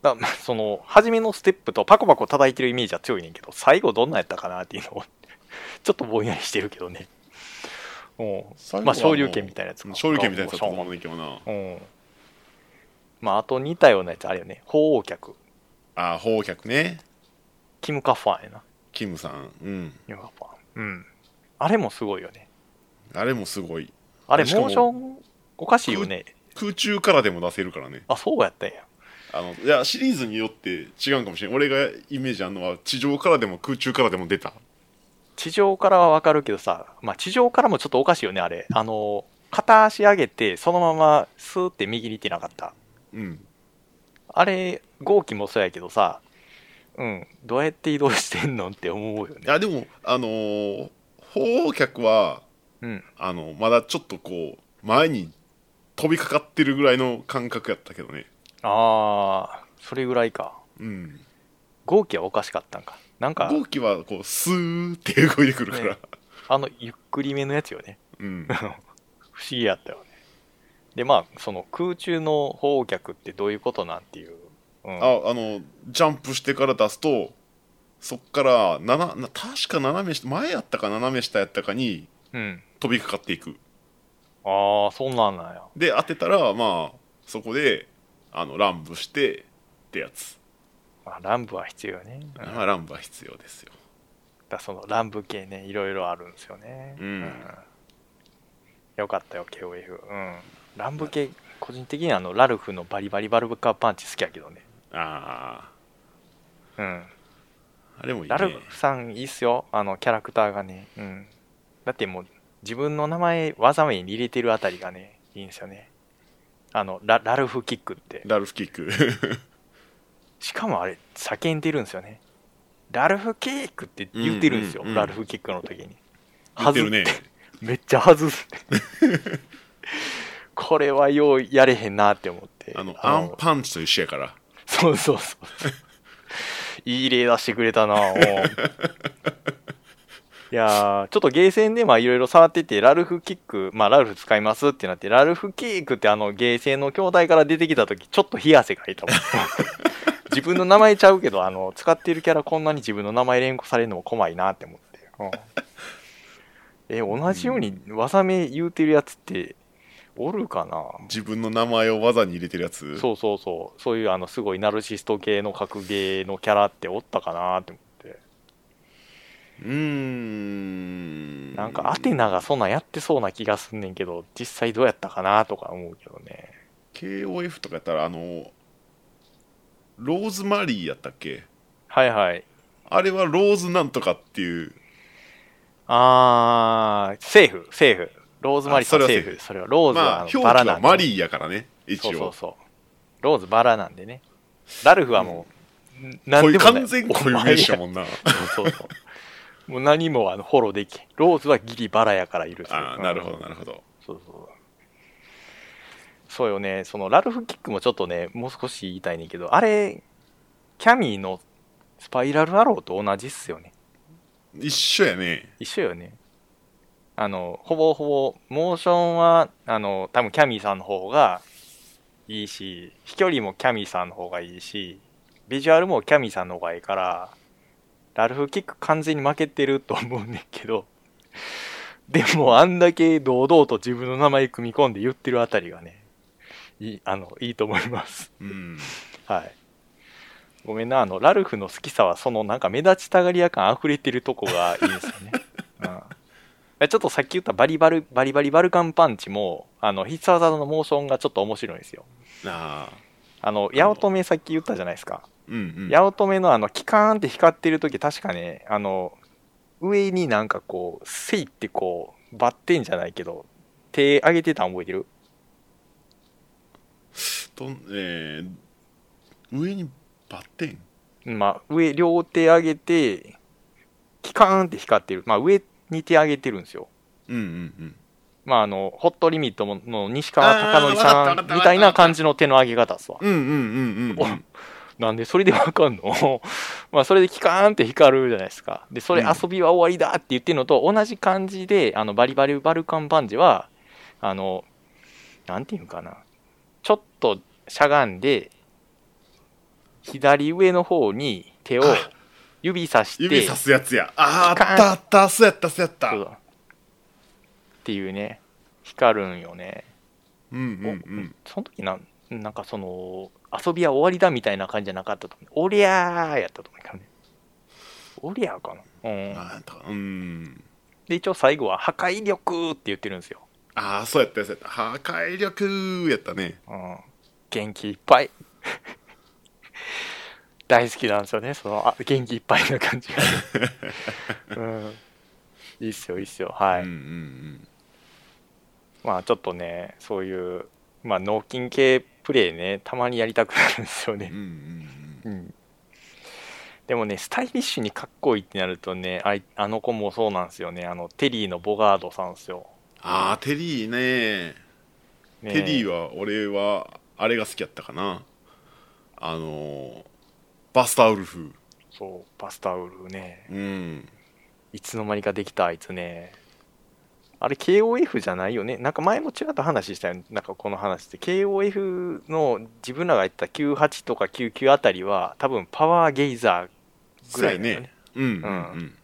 Speaker 2: だまあその初めのステップとパコパコ叩いてるイメージは強いねんけど最後どんなんやったかなっていうのを ちょっとぼんやりしてるけどねもう
Speaker 1: 最後
Speaker 2: ま
Speaker 1: は
Speaker 2: あ昇竜拳みたいなやつ
Speaker 1: う
Speaker 2: か
Speaker 1: ん昇竜系みたいなやつだったと思うんだけどな
Speaker 2: うん。まあ、あと似たようなやつあるよね。鳳凰客。
Speaker 1: ああ砲客ね
Speaker 2: キムカファンやな。
Speaker 1: キムさんうん
Speaker 2: キムカファン。うん。あれもすごいよね。
Speaker 1: あれもすごい
Speaker 2: あれ、
Speaker 1: しかも
Speaker 2: モーションおかしいよね。
Speaker 1: 空中からでも出せるからね
Speaker 2: あ、そうやったんや。
Speaker 1: あのいやシリーズによって違うかもしれん俺がイメージあるのは地上からでも空中からでも出た
Speaker 2: 地上からはわかるけどさ、まあ、地上からもちょっとおかしいよね、あれ。あの、片足上げて、そのままスーって右に行ってなかった。
Speaker 1: うん
Speaker 2: あれ、号機もそうやけどさ、うん、どうやって移動してんのって思うよ
Speaker 1: い
Speaker 2: ね。
Speaker 1: やでもあのー、鳳凰客は
Speaker 2: うん。
Speaker 1: あのまだちょっとこう前に飛びかかってるぐらいの感覚やったけどね
Speaker 2: ああ、それぐらいか。
Speaker 1: うん
Speaker 2: 号機はおかしかったんか。なんか、
Speaker 1: 号機はこうスーって動いてくるから、
Speaker 2: ねあのゆっくりめのやつよね
Speaker 1: うん
Speaker 2: 不思議やったよねでまあその空中の放客ってどういうことなんていう、うん、
Speaker 1: ああのジャンプしてから出すとそっからなな確か斜め下前やったか斜め下やったかに
Speaker 2: うん
Speaker 1: 飛びかかっていく
Speaker 2: ああそんなんなんや
Speaker 1: で当てたらまあそこであの乱舞してってやつ、
Speaker 2: まあ乱舞は必要よね、うん、だ
Speaker 1: まあ、乱舞は必要ですよ
Speaker 2: からその乱舞系ねいろいろあるんですよね
Speaker 1: うん
Speaker 2: よかったよ KOF うんランブ系個人的にはあのラルフのバリバリバルブカーパンチ好きやけどね
Speaker 1: あ
Speaker 2: うん
Speaker 1: ああれもいいね
Speaker 2: ラルフさんいいっすよあのキャラクターがねうんだってもう自分の名前技名に入れてるあたりがねいいんですよねあのララルフキックって
Speaker 1: ラルフキッ ク
Speaker 2: しかもあれ叫んでるんですよねラルフキックって言ってるんですよ、
Speaker 1: うんうんうん
Speaker 2: ラルフキックの時に
Speaker 1: 言ってるね
Speaker 2: 外めっちゃ外す これはようやれへんなって思って
Speaker 1: あのアンパンチと一緒やから
Speaker 2: そうそうそういい例出してくれたなおういやーちょっとゲーセンでまあいろいろ触っててラルフキックまあラルフ使いますってなってラルフキックってあのゲーセンの兄弟から出てきた時ちょっと冷や汗かいたもん自分の名前ちゃうけどあの使ってるキャラこんなに自分の名前連呼されるのも怖いなって思って、うん、え同じように技名言うてるやつっておるかな
Speaker 1: 自分の名前を技に入れてるやつ
Speaker 2: そうそうそう、そういうあのすごいナルシスト系の格ゲーのキャラっておったかなって思って、
Speaker 1: ううーん
Speaker 2: なんかアテナがそんなんやってそうな気がすんねんけど、実際どうやったかなとか思うけどね。
Speaker 1: KOF とかやったらあのローズマリーやったっけ
Speaker 2: はいはい。
Speaker 1: あれはローズなんとかっていう
Speaker 2: あー、セーフ、セーフ。ローズマリーさん
Speaker 1: あ
Speaker 2: セ
Speaker 1: それは
Speaker 2: ーフ。それはローズは
Speaker 1: まあ
Speaker 2: あ
Speaker 1: 表
Speaker 2: の
Speaker 1: 記
Speaker 2: バラな
Speaker 1: は
Speaker 2: んで。
Speaker 1: マリーやからね一
Speaker 2: そうそう
Speaker 1: 応
Speaker 2: そう。ローズバラなんでね。ラルフはもう、何
Speaker 1: こういう
Speaker 2: でもない
Speaker 1: 完全固有名詞やもんな
Speaker 2: そうそう。もう何もあのフォローできん。ローズはギリバラやからいる
Speaker 1: ああなるほどなるほど
Speaker 2: そうそう。そうよね、そのラルフキックもちょっとね、もう少し言いたいねんけど、あれ、キャミーのスパイラルアローと同じっすよね。
Speaker 1: 一緒やね
Speaker 2: 一緒よね。あの、ほぼほぼ、モーションは、あの、多分キャミーさんの方がいいし、飛距離もキャミーさんの方がいいし、ビジュアルもキャミーさんの方がいいから、ラルフキック完全に負けてると思うねんけど、 でもあんだけ堂々と自分の名前組み込んで言ってるあたりがね、いい、あの、いいと思います。
Speaker 1: うん
Speaker 2: はい。ごめんな、あの、ラルフの好きさは、そのなんか目立ちたがり屋感溢れてるとこがいいですよ ね。うんえちょっとさっき言ったバリバル、バリバリバルカンパンチも、あの、必殺技のモーションがちょっと面白いんですよ。
Speaker 1: ああ
Speaker 2: あの、八乙女さっき言ったじゃないですか。
Speaker 1: うんうん
Speaker 2: 八乙女のあの、キカーンって光ってる時確かね、あの、上になんかこう、せいってこう、バッテンじゃないけど、手上げてたん覚えてる
Speaker 1: とえー上にバッテン
Speaker 2: まあ、上、両手上げて、キカーンって光ってる。まあ、上に手上げてるんですよ。
Speaker 1: うんうんうん
Speaker 2: まあ、あの、ホットリミットの西川貴教
Speaker 1: あー
Speaker 2: さ
Speaker 1: わかったわかったわかった
Speaker 2: んみたいな感じの手の上げ方っすわ。
Speaker 1: うんうんうんうんうん
Speaker 2: なんで、それでわかんの まあ、それでキカーンって光るじゃないですか。で、それ
Speaker 1: うん
Speaker 2: 遊びは終わりだって言ってるのと同じ感じで、あの、バリバリバルカンパンジは、あの、なんていうんかな。ちょっとしゃがんで、左上の方に手を指さして、
Speaker 1: 指さすやつやあー
Speaker 2: カーン
Speaker 1: あったあったそうやったそうやった
Speaker 2: そうだっていうね、光るんよね。
Speaker 1: うんうんうん
Speaker 2: その時なん、なんかその、遊びは終わりだみたいな感じじゃなかったと思う。おりゃーやったと思うからね。おりゃーかな。うん。
Speaker 1: あーとうん
Speaker 2: で、一応最後は破壊力って言ってるんですよ。
Speaker 1: ああそうやったそうやった破壊力やったね
Speaker 2: うん。元気いっぱい。 大好きなんですよね、その、あ元気いっぱいな感じ が、うん。いいっすよ、いいっすよ。はい。
Speaker 1: うんうん
Speaker 2: まあちょっとね、そういう、まあ脳筋系プレイね、たまにやりたくなるんですよ
Speaker 1: うんうん
Speaker 2: ね。
Speaker 1: うん
Speaker 2: うん。でもね、スタイリッシュにかっこいいってなるとね、あいあの子もそうなんですよね。あの、テリーのボガードさんですよ。
Speaker 1: ああテリーね
Speaker 2: ね
Speaker 1: テリーは俺はあれが好きやったかなあのーバスターウルフ
Speaker 2: そう、バスターウルフね。
Speaker 1: うん
Speaker 2: いつの間にかできたあいつね。あれ KOF じゃないよね。なんか前も違った話したよね。なんかこの話で。KOF の自分らが言ってた98とか99あたりは多分パワーゲイザーぐ
Speaker 1: そう
Speaker 2: ら
Speaker 1: や
Speaker 2: いだよ
Speaker 1: ねうんうん
Speaker 2: う
Speaker 1: うん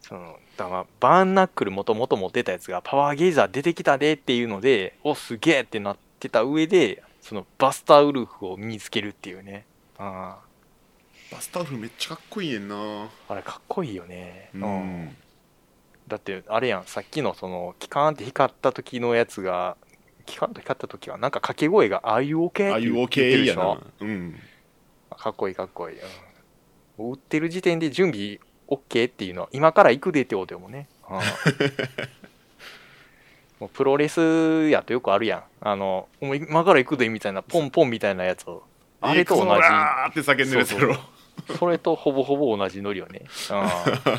Speaker 2: そのだからバーンナックルもともと持ってたやつがパワーゲイザー出てきたでっていうのでおすげえってなってた上でそのバスターウルフを見つけるっていうねあ
Speaker 1: バスターウルフめっちゃかっこいいねんな
Speaker 2: ああれかっこいいよね
Speaker 1: うん
Speaker 2: だってあれやんさっきのそのキカーンって光った時のやつがキカーンと光った時はなんか掛け声が「あいうおけ」
Speaker 1: あ
Speaker 2: っ
Speaker 1: あ
Speaker 2: て
Speaker 1: いう
Speaker 2: 言っ
Speaker 1: OK
Speaker 2: てるで
Speaker 1: や
Speaker 2: しょ
Speaker 1: なうん
Speaker 2: かっこいいかっこいいうんもう売ってる時点で準備 OK っていうのは今から行くでってことよもうね、うん もうプロレスやとよくあるやんあのもう今から行くでみたいなポンポンみたいなやつをあれと
Speaker 1: え
Speaker 2: 同
Speaker 1: ークソ
Speaker 2: じ
Speaker 1: だーって叫んでるやつやろ
Speaker 2: それとほぼほぼ同じノリよね。 うん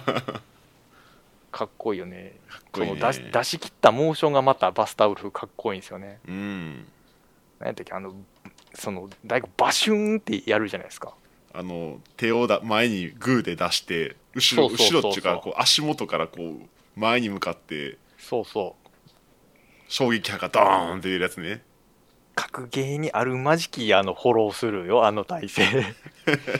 Speaker 2: かっこいいよね。
Speaker 1: かっこいいね
Speaker 2: その出し出し切ったモーションがまたバスタオル風かっこいいんですよね。
Speaker 1: うん
Speaker 2: なんやったっけあのその大悟バシューンってやるじゃないですか。
Speaker 1: あの手をだ前にグーで出して後ろ
Speaker 2: そうそうそうそ
Speaker 1: 後ろ
Speaker 2: う
Speaker 1: っていうかこう足元からこう前に向かって
Speaker 2: そうそう。
Speaker 1: 衝撃波がドーンって出るやつね
Speaker 2: 格ゲーにあるまじきあのフォロースルーよあの体勢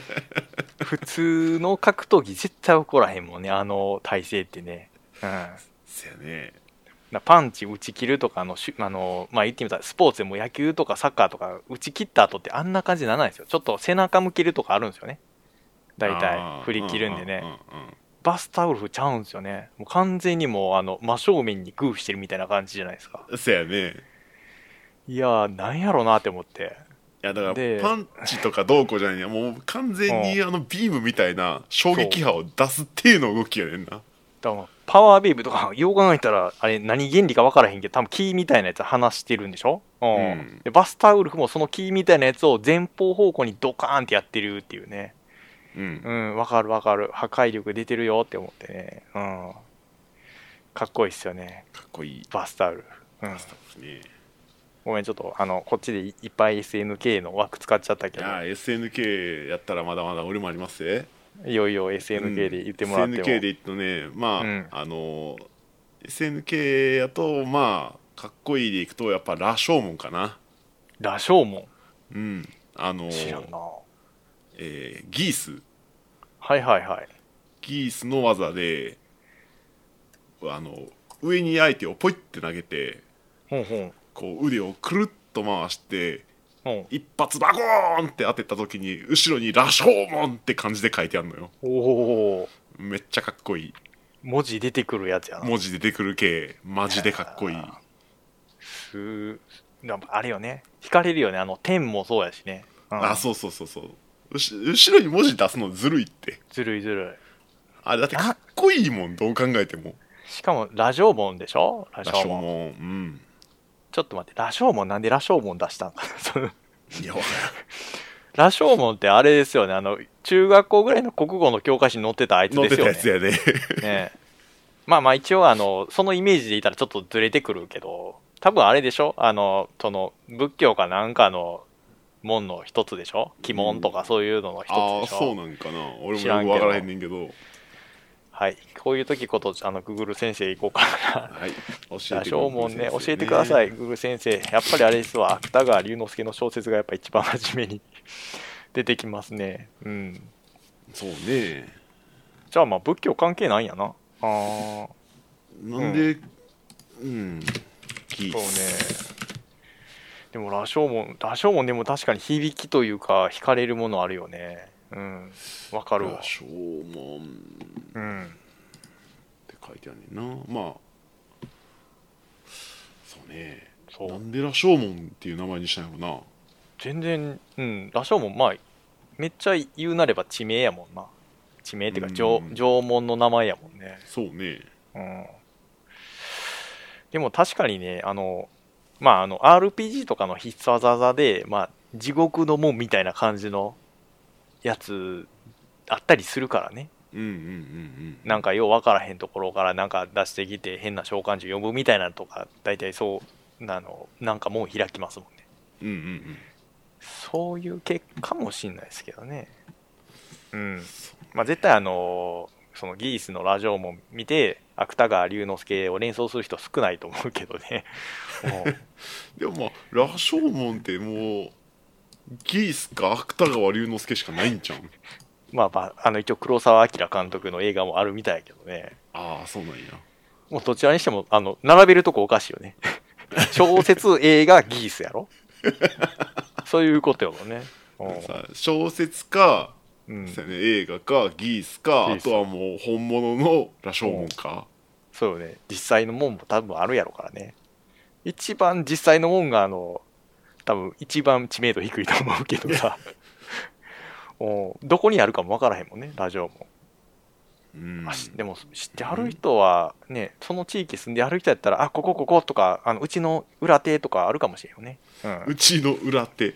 Speaker 2: 普通の格闘技絶対起こらへんもんねあの体勢ってね、うん、
Speaker 1: せやね
Speaker 2: なパンチ打ち切るとかのしゅあの、まあ、言ってみたらスポーツでも野球とかサッカーとか打ち切った後ってあんな感じにならないんですよちょっと背中向けるとかあるんですよね大
Speaker 1: あ
Speaker 2: 体
Speaker 1: ー
Speaker 2: 振り切るんでね、
Speaker 1: うんうんうん
Speaker 2: バスタオル振っちゃうんですよねもう完全にもうあの真正面にグーしてるみたいな感じじゃないですか
Speaker 1: うんせやね
Speaker 2: いやーなんやろうなって思って
Speaker 1: いやだか
Speaker 2: で
Speaker 1: らパンチとかどうこうじゃないねもう完全にあのビームみたいな衝撃波を出すっていうの動きやねんな
Speaker 2: だからパワービームとか よう考えたらあれ何原理か分からへんけど多分キーみたいなやつ離してるんでしょ、うん
Speaker 1: うん
Speaker 2: でバスタオルフもそのキーみたいなやつを前方方向にドカーンってやってるっていうね
Speaker 1: うん
Speaker 2: うん、わかるわかる。破壊力出てるよって思ってね。うん。かっこいいっすよね。
Speaker 1: かっこいい
Speaker 2: バスタオル。うん。
Speaker 1: ね
Speaker 2: ごめん、ちょっと、あの、こっちでいいっぱい SNK の枠使っちゃった
Speaker 1: い
Speaker 2: け
Speaker 1: や
Speaker 2: ど、
Speaker 1: ー SNK やったらまだまだ俺もありますぜ
Speaker 2: いよいよ SNK で言ってもらって
Speaker 1: う
Speaker 2: も。
Speaker 1: ん SNK で言うとねまあ、
Speaker 2: うん
Speaker 1: あのー SNK やとまあかっこいいでいくとやっぱ羅生門かな
Speaker 2: 羅生門。
Speaker 1: うんあのー
Speaker 2: 知らんな。
Speaker 1: えーギース
Speaker 2: はいはいはい。
Speaker 1: ギースの技であの上に相手をポイって投げて
Speaker 2: ほんほん。
Speaker 1: こう腕をくるっと回して
Speaker 2: ほん。
Speaker 1: 一発バコーンって当てた時に後ろに「羅生門」って感じで書いてあるのよ
Speaker 2: おお。
Speaker 1: めっちゃかっこいい
Speaker 2: 文字出てくるやつやな。
Speaker 1: 文字で出てくる系マジでかっこいい
Speaker 2: すなんかあれよね。惹かれるよね。あの、天もそうやしね。うん
Speaker 1: あそうそうそうそううし後ろに文字出すのずるいって
Speaker 2: ずるいずる
Speaker 1: あれだってかっこいいもんどう考えても
Speaker 2: い。しかも、羅生門でしょ羅
Speaker 1: 羅
Speaker 2: 生
Speaker 1: 生
Speaker 2: 門。
Speaker 1: 門うん
Speaker 2: ちょっと待って、羅生門なんで羅生門出したんか なその
Speaker 1: い やわからん
Speaker 2: 羅生門ってあれですよね、あの、中学校ぐらいの国語の教科書に載ってたあいつ
Speaker 1: 乗っ
Speaker 2: で
Speaker 1: て
Speaker 2: すよ
Speaker 1: た
Speaker 2: ね。
Speaker 1: やつや で、
Speaker 2: ねえまあまあ一応、あの、そのイメージでいたらちょっとずれてくるけど、多分あれでしょあの、その、仏教かなんかの門の一つでしょ鬼門とかそういうのの一つでし
Speaker 1: あ
Speaker 2: ょ、
Speaker 1: あそうなんかな俺
Speaker 2: 知
Speaker 1: も
Speaker 2: ら
Speaker 1: よ
Speaker 2: んけ
Speaker 1: く
Speaker 2: ど
Speaker 1: 分からへんねんけど
Speaker 2: はい。こういう時こと、あの、ググル先生行こうかな。
Speaker 1: はい 教え
Speaker 2: 羅
Speaker 1: て
Speaker 2: 生門ね、教えてください、グーグル先生。やっぱりあれですわ、芥川龍之介の小説がやっぱ一番初めに 出てきますね。うん。
Speaker 1: そうね
Speaker 2: じゃあまあ仏教関係ないんやな。あー
Speaker 1: なんでうん、ギ
Speaker 2: そうね
Speaker 1: ース。
Speaker 2: でも羅生門、羅生門でも確かに響きというか、惹かれるものあるよね。うん。わかるわ
Speaker 1: 羅。生門っ
Speaker 2: うん。
Speaker 1: て書いてあるねんなまあそうね
Speaker 2: そ
Speaker 1: な
Speaker 2: う。
Speaker 1: んで羅生門っていう名前にしたんやろな
Speaker 2: 全然、うん。羅生門、まあ、めっちゃ言うなれば地名やもんな。地名っていうか、縄
Speaker 1: うん
Speaker 2: 縄文の名前やもんね。
Speaker 1: そうね
Speaker 2: うんでも確かにね、あの、まあ、あの、RPG とかの必殺技で、まあ、地獄の門みたいな感じのやつ、あったりするからね。
Speaker 1: うんうんうんうん
Speaker 2: なんかようわからへんところからなんか出してきて変な召喚獣呼ぶみたいなのとか、大体そう、なの、なんか門開きますもんね。
Speaker 1: うんうんうん
Speaker 2: そういう結果もしんないですけどね。うん。まあ、絶対あのーそのギースのラジオも見て、芥川龍之介を連想する人少ないと思うけどね。もう
Speaker 1: でもまあ羅生門ってもうギースか芥川龍之介しかないんじゃ ん
Speaker 2: まあまあ、あの一応黒澤明監督の映画もあるみたいやけどね。
Speaker 1: ああそうなんや
Speaker 2: もうどちらにしても、あの、並べるとこおかしいよね。小説、映画、ギースやろそういうことよね。う
Speaker 1: さ小説か、
Speaker 2: んうん
Speaker 1: そうやね映画かギースか
Speaker 2: ギ
Speaker 1: あ
Speaker 2: ース
Speaker 1: とはもう本物の羅生門か
Speaker 2: そうね、実際のもんも多分あるやろからね。一番実際のもんが、あの、多分一番知名度低いと思うけどさ。 おどこにあるかもわからへんもんね、ラジオも。
Speaker 1: うん
Speaker 2: あしでも知ってはる人はね、その地域住んではる人やったら、あ、こここことか、あのうちの裏手とかあるかもしれんよね。うん
Speaker 1: うちの裏 手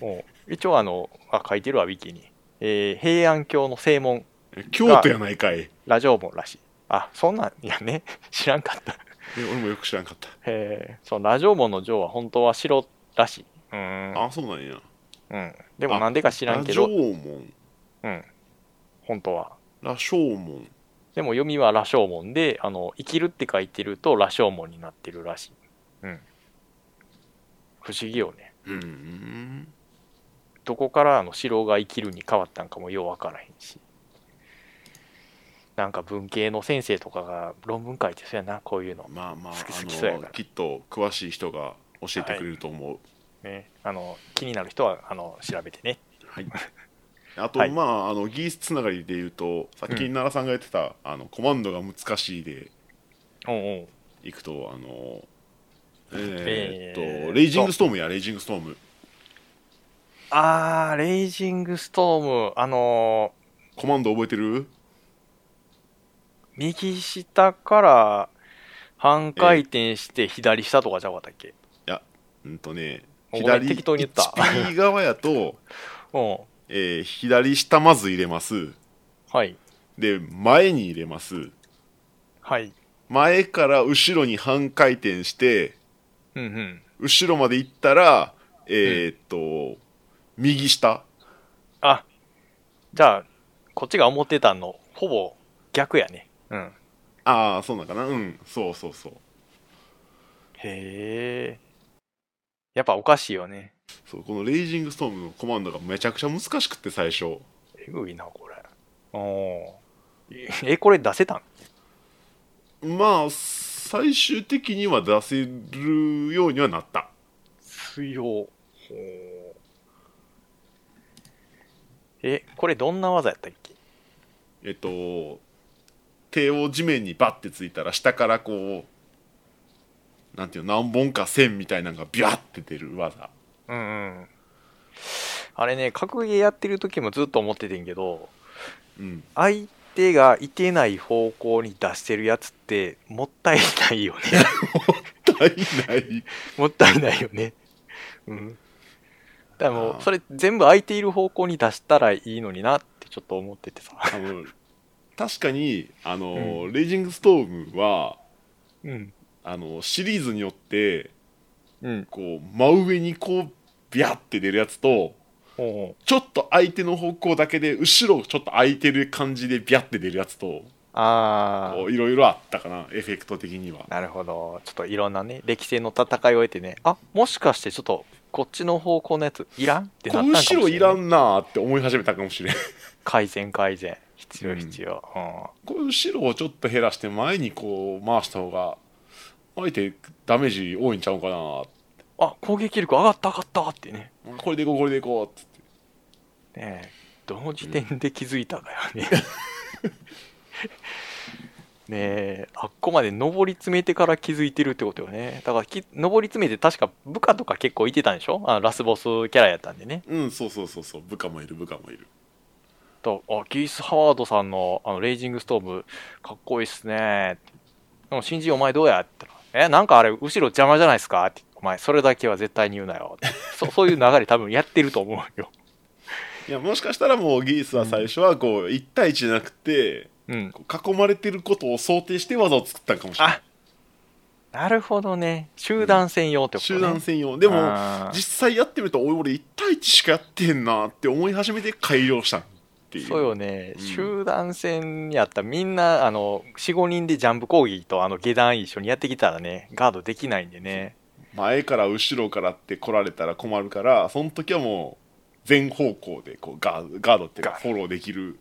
Speaker 2: もう一応あの、あ、書いてるわ、ウィキに。えー平安京の正門、
Speaker 1: 京都やないかいえ
Speaker 2: ラジオ門らしい。あ、そんなんやね。 知らんかった。
Speaker 1: 俺もよく知らんかった
Speaker 2: えー、そのラジオ門の城は本当は城らしい。うーん。
Speaker 1: あそうなんや
Speaker 2: うん。でもなんでか知らん
Speaker 1: 羅
Speaker 2: け
Speaker 1: 城
Speaker 2: ど、
Speaker 1: 門
Speaker 2: うん。本当は。
Speaker 1: 羅生門
Speaker 2: でも読みは羅生門で、あの、生きるって書いてると羅生門になってるらしい。うん。不思議よね。
Speaker 1: うん
Speaker 2: どこからあの城が生きるに変わったんかもようわからへんしなんか文系の先生とかが論文書いてそうやなこういうの
Speaker 1: まあまあ
Speaker 2: 好き
Speaker 1: あ
Speaker 2: 好きそうやか
Speaker 1: の
Speaker 2: ら
Speaker 1: きっと詳しい人が教えてくれると思う
Speaker 2: ねあの気になる人はあの調べてね
Speaker 1: はい、あと、
Speaker 2: はい
Speaker 1: まああの技術つながりで言うとさっき奈良さんが言ってた、あのコマンドが難しいで
Speaker 2: うんうん
Speaker 1: いくとあのえーっと、
Speaker 2: えーっと
Speaker 1: レイジングストームやレイジングストーム
Speaker 2: あーレイジングストームあの
Speaker 1: コマンド覚えてる
Speaker 2: ー右下から半回転して左下とかじゃなかったっけ、
Speaker 1: うんとね
Speaker 2: ごめん適当に言った
Speaker 1: 1P 側やと、
Speaker 2: うん
Speaker 1: えー左下まず入れます
Speaker 2: はい
Speaker 1: で前に入れます
Speaker 2: はい
Speaker 1: 前から後ろに半回転して
Speaker 2: うんうん
Speaker 1: 後ろまで行ったらえーっと、右下
Speaker 2: あじゃあこっちが思ってたのほぼ逆やねうん
Speaker 1: ああそうなんかなうんそうそうそう
Speaker 2: へえ。やっぱおかしいよね。
Speaker 1: そうこのレイジングストームのコマンドがめちゃくちゃ難しくって最初
Speaker 2: えぐいな、これ。おーえ、これ出せたん
Speaker 1: まあ最終的には出せるようにはなった
Speaker 2: 水曜。ほーえ、これどんな技やったっけ
Speaker 1: えっと手を地面にバッてついたら下からこうなんていうの何本か線みたいなのがビャッて出る技
Speaker 2: うんうん。あれね、格ゲーやってる時もずっと思っててんけど、
Speaker 1: うん
Speaker 2: 相手がいてない方向に出してるやつって、もったいないよね。
Speaker 1: 体内
Speaker 2: もったいないよね。うん。だからも
Speaker 1: あー
Speaker 2: う、それ全部空いている方向に出したらいいのになってちょっと思っててさ。
Speaker 1: あの確かにあの、レイジングストームは
Speaker 2: うん。
Speaker 1: あのシリーズによって
Speaker 2: うん。
Speaker 1: こう真上にこうビャッて出るやつと
Speaker 2: おうおう
Speaker 1: ちょっと相手の方向だけで後ろちょっと空いてる感じでビャって出るやつと
Speaker 2: あ
Speaker 1: こ
Speaker 2: あ
Speaker 1: う。いろいろあったかなエフェクト的には
Speaker 2: なるほど。ちょっといろんなね、歴戦の戦いを得てね、あ、もしかしてちょっと、こっちの方向のやついらんってな
Speaker 1: こ
Speaker 2: った
Speaker 1: うん
Speaker 2: かも
Speaker 1: 後
Speaker 2: しれな
Speaker 1: ろ
Speaker 2: い、
Speaker 1: いらんなーって思い始めたかもしれん
Speaker 2: 改善改善。必
Speaker 1: う
Speaker 2: 要
Speaker 1: ん
Speaker 2: 必要。う
Speaker 1: こう後ろをちょっと減らして前にこう回した方が相手ダメージ多いんちゃうかなー
Speaker 2: ん。あ、攻撃力上がった上がったってね。
Speaker 1: これでいこうこれでいこうっつって
Speaker 2: ねえどの時点で気づいたかよねねえあっこまで上り詰めてから気づいてるってことよねだからき上り詰めて確か部下とか結構いてたんでしょあのラスボスキャラやったんでね
Speaker 1: うんそうそうそうそう部下もいる部下もいる
Speaker 2: とあギース・ハワードさんのあのレイジングストームかっこいいっすねでも新人お前どうやって言ったらえなんかあれ後ろ邪魔じゃないですかってお前それだけは絶対に言うなよってそ そういう流れ多分やってると思うよ
Speaker 1: いやもしかしたらもうギースは最初はこう1対1じゃなくて
Speaker 2: うん
Speaker 1: こう囲まれてることを想定して技を作ったんかもしれない
Speaker 2: あなるほどね。集団専用ってことね。
Speaker 1: 集団専用でも
Speaker 2: あー
Speaker 1: 実際やってみるとおい俺1対1しかやってへんなって思い始めて改良したっていう
Speaker 2: そうよね。
Speaker 1: うん
Speaker 2: 集団戦やったらみんな、あの、4、5人でジャンプ攻撃とあの下段一緒にやってきたらね、ガードできないんでね。
Speaker 1: 前から後ろからって来られたら困るからその時はもう全方向でこうガーガードっていうか
Speaker 2: ガー
Speaker 1: フォローできる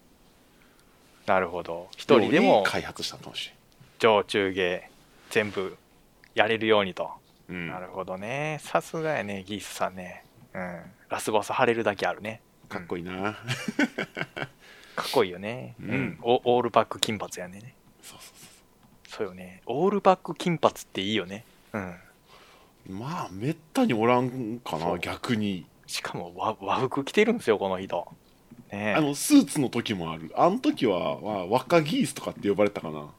Speaker 2: なるほど。一
Speaker 1: よう
Speaker 2: 人
Speaker 1: に
Speaker 2: でも
Speaker 1: 開発したかもし
Speaker 2: 上中下全部やれるようにと。
Speaker 1: れん、うん、
Speaker 2: なるほどね。さすがやね、ギースさんね。うん。ラスボス張れるだけあるね。
Speaker 1: かっこいいな
Speaker 2: かっこいいよね。
Speaker 1: うん
Speaker 2: うん。オオールバック金髪やね。
Speaker 1: そうそうそう
Speaker 2: そうよね。オールバック金髪っていいよね。うん。
Speaker 1: まあめったにおらんか
Speaker 2: そ
Speaker 1: な
Speaker 2: う
Speaker 1: 逆に
Speaker 2: しかも和和服着てるんですよ、この人。ねえ
Speaker 1: あのスーツの時もあるあの時は、まあ、若ギースとかって呼ばれたかな
Speaker 2: う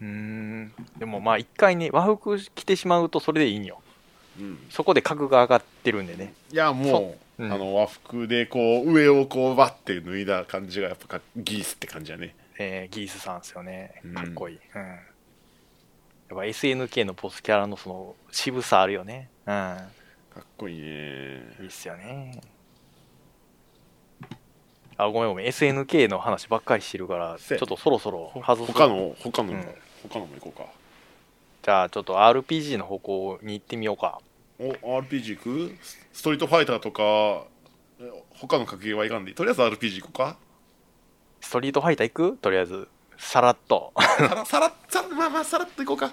Speaker 2: ーん。でもまあ一回ね、和服着てしまうとそれでいいんよ。
Speaker 1: うん
Speaker 2: そこで格が上がってるんでね。
Speaker 1: いやもう、
Speaker 2: そううん
Speaker 1: あの和服でこう上をこうバッて脱いだ感じがやっぱかギースって感じやね
Speaker 2: えーギースさんですよね
Speaker 1: うん。
Speaker 2: かっこいい。うん。やっぱ SNK のボスキャラのその渋さあるよね。うん。
Speaker 1: かっこいいね
Speaker 2: いいっすよね。あ、ごめんごめん。SNK の話ばっかりしてるから、ち
Speaker 1: せ
Speaker 2: ょっとそろそろ
Speaker 1: ほ
Speaker 2: 外す。
Speaker 1: 他の他のも、
Speaker 2: うん
Speaker 1: 他のも行こ
Speaker 2: じゃあちょっと RPG の方向に行ってみようか。
Speaker 1: うかお RPG 行くスストリートファイターとかえ他の格ゲーはいかんでとりあえず RPG 行こうか
Speaker 2: ストリートファイター行くとりあえず。さらっと。い
Speaker 1: さ らさらさらまあまあさらっと行こうか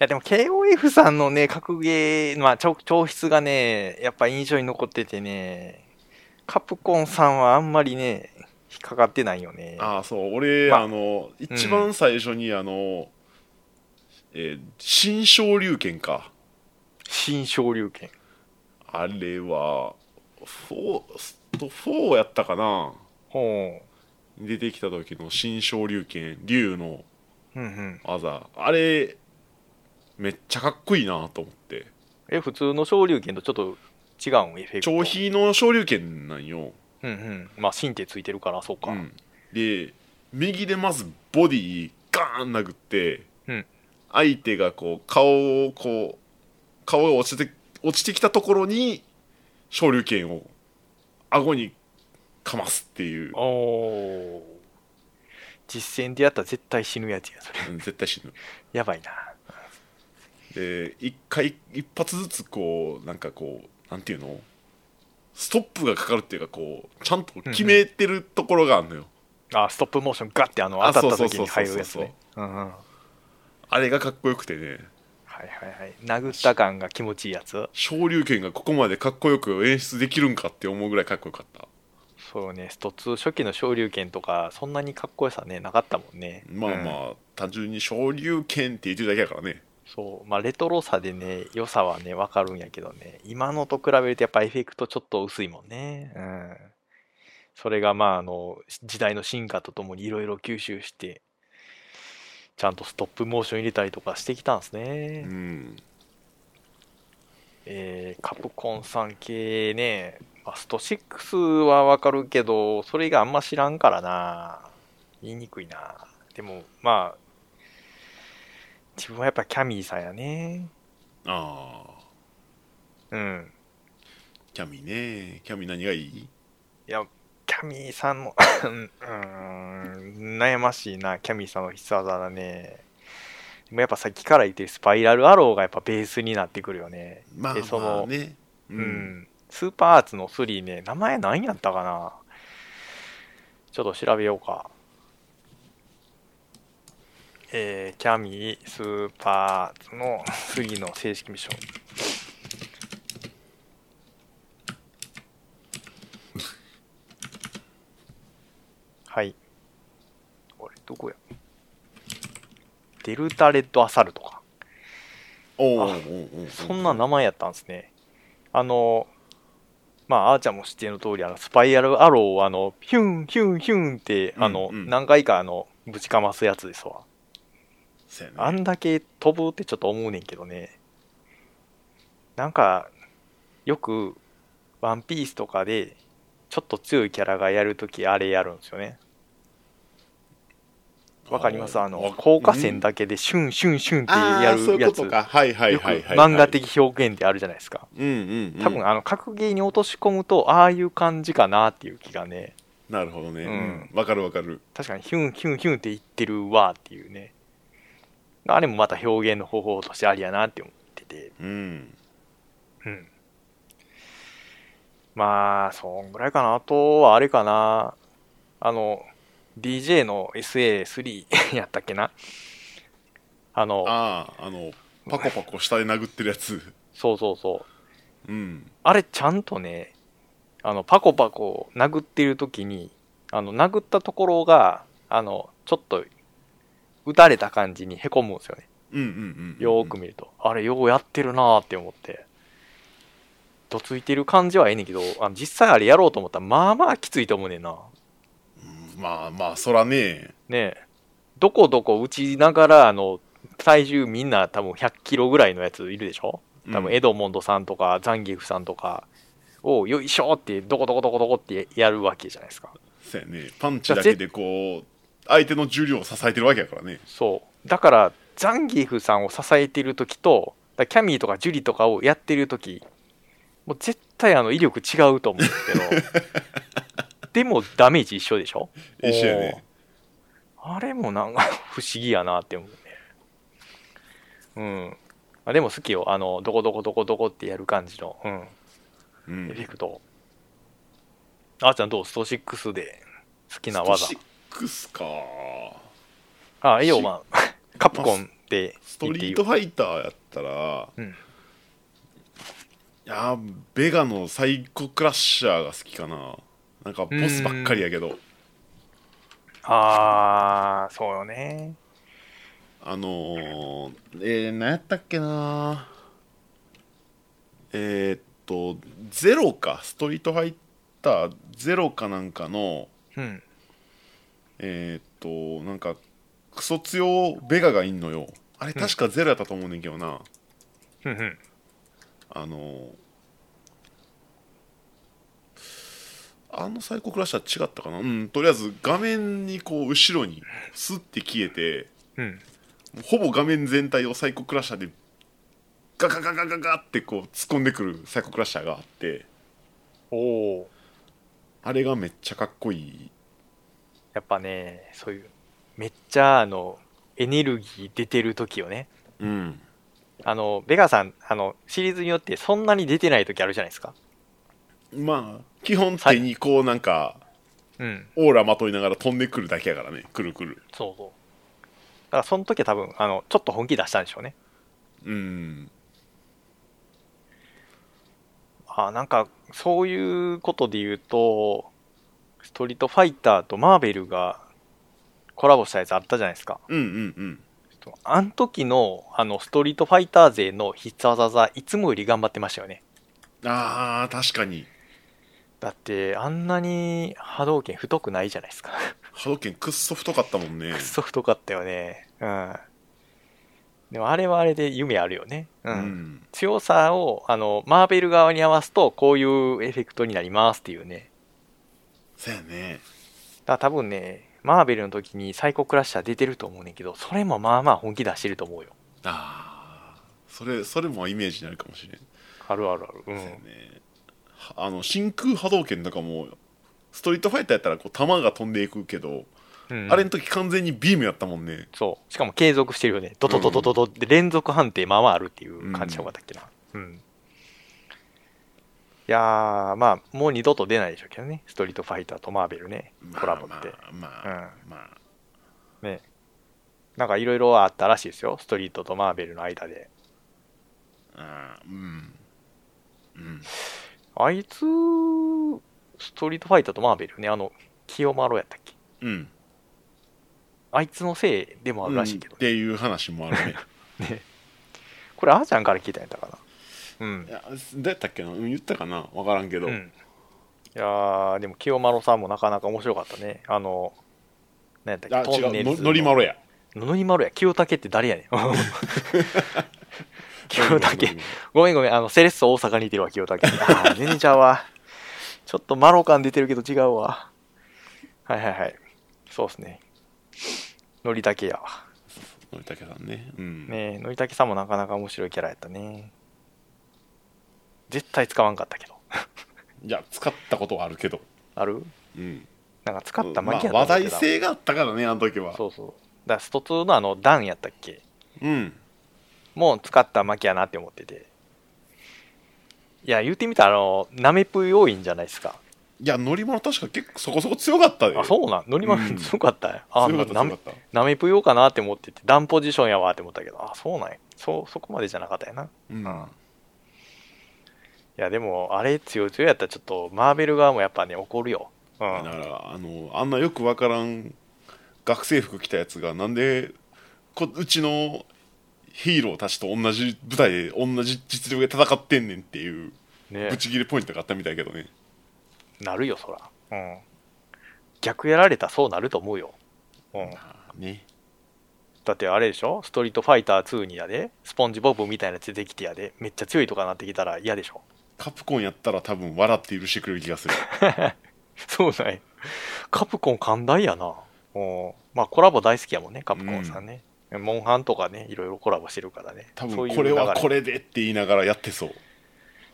Speaker 2: やでも KOF さんのね、格ゲー、まあ、調調筆がね、やっぱ印象に残っててね、カプコンさんはあんまりね、引っかかってないよね。
Speaker 1: ああそう俺、
Speaker 2: まあ
Speaker 1: あの一番最初にあの、えー新昇竜拳か
Speaker 2: 新昇竜拳。
Speaker 1: あれは4スト4やったかな
Speaker 2: ほ
Speaker 1: 出てきた時の新昇竜拳竜の
Speaker 2: う。うんうん。
Speaker 1: 技あれめっちゃかっこいいなと思って
Speaker 2: え、普通の昇竜拳とちょっと違うんエフェクト。
Speaker 1: 長飛の昇竜拳なんよ、
Speaker 2: うんうん。まあ、神経ついてるから、そうか。
Speaker 1: うんで右でまずボディガーン殴って、
Speaker 2: うん
Speaker 1: 相手がこう顔をこう顔が落ちて落ちてきたところに昇竜拳を顎にかますっていう
Speaker 2: おお。実践でやったら絶対死ぬやつや、それ。
Speaker 1: うん絶対死ぬ
Speaker 2: やばいな。
Speaker 1: で一回一発ずつこうなんかこうなんていうのストップがかかるっていうかこうちゃんと決めてるところがあるのよ、
Speaker 2: あ、ストップモーションガッてあの
Speaker 1: あ
Speaker 2: 当たった
Speaker 1: そう
Speaker 2: 時
Speaker 1: そうそう
Speaker 2: に入るやつ
Speaker 1: そうそう
Speaker 2: ね。うんうん。はい
Speaker 1: あれがかっこよくてね
Speaker 2: はいはい。殴った感が気持ちいいやつ。
Speaker 1: 昇竜拳がここまでかっこよく演出できるんかって思うぐらいかっこよかった
Speaker 2: そうね、スト2初期の昇竜拳とか、そんなにかっこよさね、なかったもんね。
Speaker 1: まあま
Speaker 2: うん
Speaker 1: あ、単純に昇竜拳って言ってるだけやからね
Speaker 2: そう、まあレトロさでね、良さはね、わかるんやけどね、今のと比べるとやっぱエフェクトちょっと薄いもんね。うん。それがまああの、時代の進化とともにいろいろ吸収して、ちゃんとストップモーション入れたりとかしてきたんですね。
Speaker 1: うん
Speaker 2: えーカプコンさん系ね、まあスト6はわかるけど、それがあんま知らんからな。言いにくいな。でも、まあ、自分はやっぱキャミーさんやね。
Speaker 1: ああ
Speaker 2: うん。
Speaker 1: キャミねキャミ何がいい
Speaker 2: いや、キャミーさんの、うんうーん、悩ましいな、キャミーさんの必殺技だね。でもやっぱさっきから言ってるスパイラルアローがやっぱベースになってくるよね。
Speaker 1: まあ
Speaker 2: えそ
Speaker 1: まあ
Speaker 2: の
Speaker 1: ねう
Speaker 2: うん。スーパーアーツの3ね、名前何やったかなちょっと調べようか。えー、キャミー、スーパーアーツの3の正式名称。はい。これ、どこやデルタレッドアサルトか。
Speaker 1: おうおう
Speaker 2: あ
Speaker 1: おうおう
Speaker 2: そんな名前やったんですね。あの、まあ、あーちゃんも知っての通り、あの、スパイラルアローをあの、ヒュン、ヒュン、ヒュンって、あの、
Speaker 1: うんうん
Speaker 2: 何回かあの、ぶちかますやつですわ。
Speaker 1: そうやね
Speaker 2: あんだけ飛ぶってちょっと思うねんけどね。なんか、よく、ワンピースとかで、ちょっと強いキャラがやるとき、あれやるんですよね。わかりますあの
Speaker 1: わ、
Speaker 2: 効果線だけでシュン、シュン、シュンってや
Speaker 1: あーそう
Speaker 2: る
Speaker 1: いう
Speaker 2: や
Speaker 1: こ
Speaker 2: つ。
Speaker 1: とかはいはい
Speaker 2: よく
Speaker 1: はいはい
Speaker 2: 漫画的表現ってあるじゃないですか。
Speaker 1: うんうん、うん、
Speaker 2: 多分あの格ゲーに落とし込むとああいう感じかなっていう気がね
Speaker 1: なるほどね
Speaker 2: う
Speaker 1: うんんわ、かるわかる
Speaker 2: 確かにヒュンヒュンヒュンって言ってるわっていうねあれもまた表現の方法としてありやなって思ってて
Speaker 1: うん
Speaker 2: うんまあそんぐらいかなあとはあれかなあの DJ の SA3 やったっけなあの
Speaker 1: あああのパコパコ下で殴ってるやつ
Speaker 2: そうそうそう
Speaker 1: うん
Speaker 2: あれちゃんとね、あの、パコパコ殴ってる時に、あの、殴ったところが、あの、ちょっと、打たれた感じにへこむんですよね。
Speaker 1: うんうんうんうん
Speaker 2: よーく見ると。あれ、ようやってるなーって思って。どついてる感じはええねんけど、あの実際あれやろうと思ったら、まあまあきついと思うねんな。
Speaker 1: うんまあまあそらね
Speaker 2: ねえどこどこ打ちながら、あの、体重みんな多分100キロぐらいのやついるでしょ多分エドモンドさんとかザンギエフさんとかをよいしょってどこどこどこどこってやるわけじゃないですか
Speaker 1: そうやねパンチだけでこう相手の重量を支えてるわけやからね
Speaker 2: そうだからザンギエフさんを支えてる時とだからキャミーとかジュリとかをやってる時もう絶対あの威力違うと思うんです けどでもダメージ一緒でしょ
Speaker 1: 一緒やね
Speaker 2: おーあれもなんか不思議やなって思うねうんあでも好きよあのどこどこどこどこってやる感じのうん
Speaker 1: う
Speaker 2: エフ
Speaker 1: ん
Speaker 2: ェクト。あーちゃんどうスト6で好きな技
Speaker 1: スト。6か
Speaker 2: あ、いいよ、まあ、カプコンで
Speaker 1: ス
Speaker 2: 言
Speaker 1: ト
Speaker 2: ってい
Speaker 1: リ
Speaker 2: い
Speaker 1: ート
Speaker 2: よ。
Speaker 1: ファイターやったら、
Speaker 2: うん
Speaker 1: いやーベガのサイコクラッシャーが好きかななんかボスばっかりやけど
Speaker 2: あー、そうよね。
Speaker 1: あのー、えー、何やったっけなえー、っとゼロかストリートファイターゼロかなんかの
Speaker 2: うん。
Speaker 1: えー、っとなんかクソ強ベガがいんのよあれ
Speaker 2: うん
Speaker 1: 確かゼロやったと思うねんけどな、
Speaker 2: うんうん。
Speaker 1: あのーあのサイコクラッシャー違ったかなうんとりあえず画面にこう後ろにスッて消えて
Speaker 2: うん。
Speaker 1: ほぼ画面全体をサイコクラッシャーでガガガガガガってこう突っ込んでくるサイコクラッシャーがあって
Speaker 2: おお。
Speaker 1: あれがめっちゃかっこいい
Speaker 2: やっぱね、そういう、めっちゃ、あの、エネルギー出てる時よね。
Speaker 1: うん
Speaker 2: あの、ベガさん、あの、シリーズによってそんなに出てない時あるじゃないですか。
Speaker 1: まあ基本手にこうなんか
Speaker 2: うん。
Speaker 1: オーラまといながら飛んでくるだけやからねくるくる
Speaker 2: そうそう。だから、その時は多分、あの、ちょっと本気出したんでしょうね。
Speaker 1: うん
Speaker 2: あなんかそういうことで言うとストリートファイターとマーベルがコラボしたやつあったじゃないですか
Speaker 1: うんうんうん
Speaker 2: あの時のあのストリートファイター勢の必殺技いつもより頑張ってましたよね
Speaker 1: あー確かに
Speaker 2: だってあんなに波動拳太くないじゃないですか
Speaker 1: 波動拳くっそ太かったもんね
Speaker 2: くっそ太かったよねうんでもあれはあれで夢あるよね
Speaker 1: う
Speaker 2: うん
Speaker 1: ん
Speaker 2: 強さをあのマーベル側に合わすとこういうエフェクトになりますっていうね
Speaker 1: そやね
Speaker 2: だから多分ね、マーベルの時にサイコクラッシャー出てると思うねんけど、それもまあまあ本気出してると思うよ。
Speaker 1: あーそれそれもイメージになるかもしれん、
Speaker 2: あるあるある。う
Speaker 1: そやね
Speaker 2: ん。
Speaker 1: はあの真空波動拳とかもストリートファイターやったらこう弾が飛んでいくけど、
Speaker 2: うん
Speaker 1: あれの時完全にビームやったもんね
Speaker 2: そう。しかも継続してるよね。ドドドドドドって連続判定まあまああるっていう感じの方がだっけな。うん。いやー、まあ、もう二度と出ないでしょうけどね。ストリートファイターとマーベルね。コラボって。
Speaker 1: まあまあ、まあまあ
Speaker 2: ね。なんかいろいろあったらしいですよ。ストリートとマーベルの間で。
Speaker 1: あーうんうん
Speaker 2: あいつ、ストリートファイターとマーベルね。あの、清丸やったっけ
Speaker 1: うん
Speaker 2: あいつのせいでもあるらしいけど
Speaker 1: っ
Speaker 2: ね、
Speaker 1: ていう話もあるね
Speaker 2: これあーちゃんから聞いたんやったかなうん
Speaker 1: いやどうやったっけなうん言ったかな分からんけど、
Speaker 2: うんいやーでも清丸さんもなかなか面白かったねあの何やった
Speaker 1: あ
Speaker 2: っけ
Speaker 1: 違
Speaker 2: トンネル
Speaker 1: う
Speaker 2: ズ
Speaker 1: ののりまろ や
Speaker 2: ののりまろや清武って誰やね ん清
Speaker 1: のり
Speaker 2: 武
Speaker 1: まろ
Speaker 2: ごめんごめんあのセレッソ大阪にいてるわ 清武あー全然ちゃうわちょっとマロ感出てるけど違うわはいはいはいそうっすねのりたけやわ
Speaker 1: のりたけさんねうん
Speaker 2: ねえ、のりたけさんもなかなか面白いキャラやったね。絶対使わんかったけど。
Speaker 1: いや使ったことはあるけど
Speaker 2: ある
Speaker 1: うん
Speaker 2: なんか使ったマキア
Speaker 1: まあ
Speaker 2: だ
Speaker 1: 話
Speaker 2: った
Speaker 1: 題性があったからねあの時は
Speaker 2: そうそう。だからスト2のあの、ダンやったっけ
Speaker 1: うん
Speaker 2: もう使ったマキアなって思ってて。いや、言ってみたら、あの、ナメプ要員じゃないですか。
Speaker 1: いや乗り物確か結構そこそこ強かったで
Speaker 2: あ、そうなんノリマ
Speaker 1: うん
Speaker 2: ル強かったねあ、
Speaker 1: 強かった
Speaker 2: な
Speaker 1: 強かった
Speaker 2: ナメプ用かなって思ってて、ダンポジションやわって思ったけど、あ、そうなんや。そう、そこまでじゃなかったやな。
Speaker 1: うん
Speaker 2: うんいや、でも、あれ強い強いやったら、ちょっと、マーベル側もやっぱね、怒るよ。うん。
Speaker 1: だからあのあんなよくわからん学生服着たやつがなんでこうちのヒーローたちと同じ舞台で同じ実力で戦ってんねんっていう
Speaker 2: ね
Speaker 1: ブチギレポイントがあったみたいやけどね
Speaker 2: なるよそらうん逆やられたらそうなると思うよ、うん、
Speaker 1: ね
Speaker 2: だってあれでしょストリートファイター2にやでスポンジボブみたいなやつ出てきてやでめっちゃ強いとかなってきたら嫌でしょ
Speaker 1: カプコンやったら多分笑って許してくれる気がする
Speaker 2: そうないカプコン寛大やなうんまあコラボ大好きやもんねカプコンさんね、モンハンとかねいろいろコラボしてるからね
Speaker 1: 多
Speaker 2: そ
Speaker 1: 分
Speaker 2: ういう
Speaker 1: これは
Speaker 2: 流
Speaker 1: これでって言いながらやってそう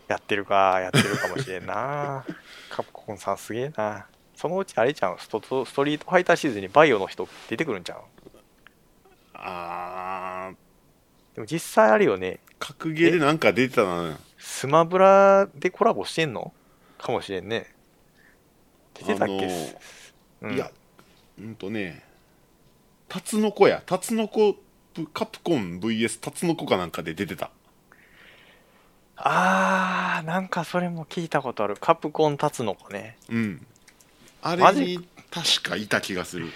Speaker 2: やってるか、やってるかもしれんな。 カプコンさんすげえな。そのうちあれちゃん、ストストリートファイターシリーズンにバイオの人出てくるんじゃん。
Speaker 1: あー
Speaker 2: でも実際あれよね、
Speaker 1: 格ゲーでなんか出てたな
Speaker 2: スマブラでコラボしてんのかもしれんね。出てたっけ、
Speaker 1: あのー
Speaker 2: うん
Speaker 1: いや、うんとね、タツノコや、タツノコ、ぶカプコン VS タツノコかなんかで出てた。
Speaker 2: あー、なんかそれも聞いたことある。カプコンタツノコね。
Speaker 1: うん。あ
Speaker 2: マ
Speaker 1: れ
Speaker 2: ジ
Speaker 1: に確かいた気がする。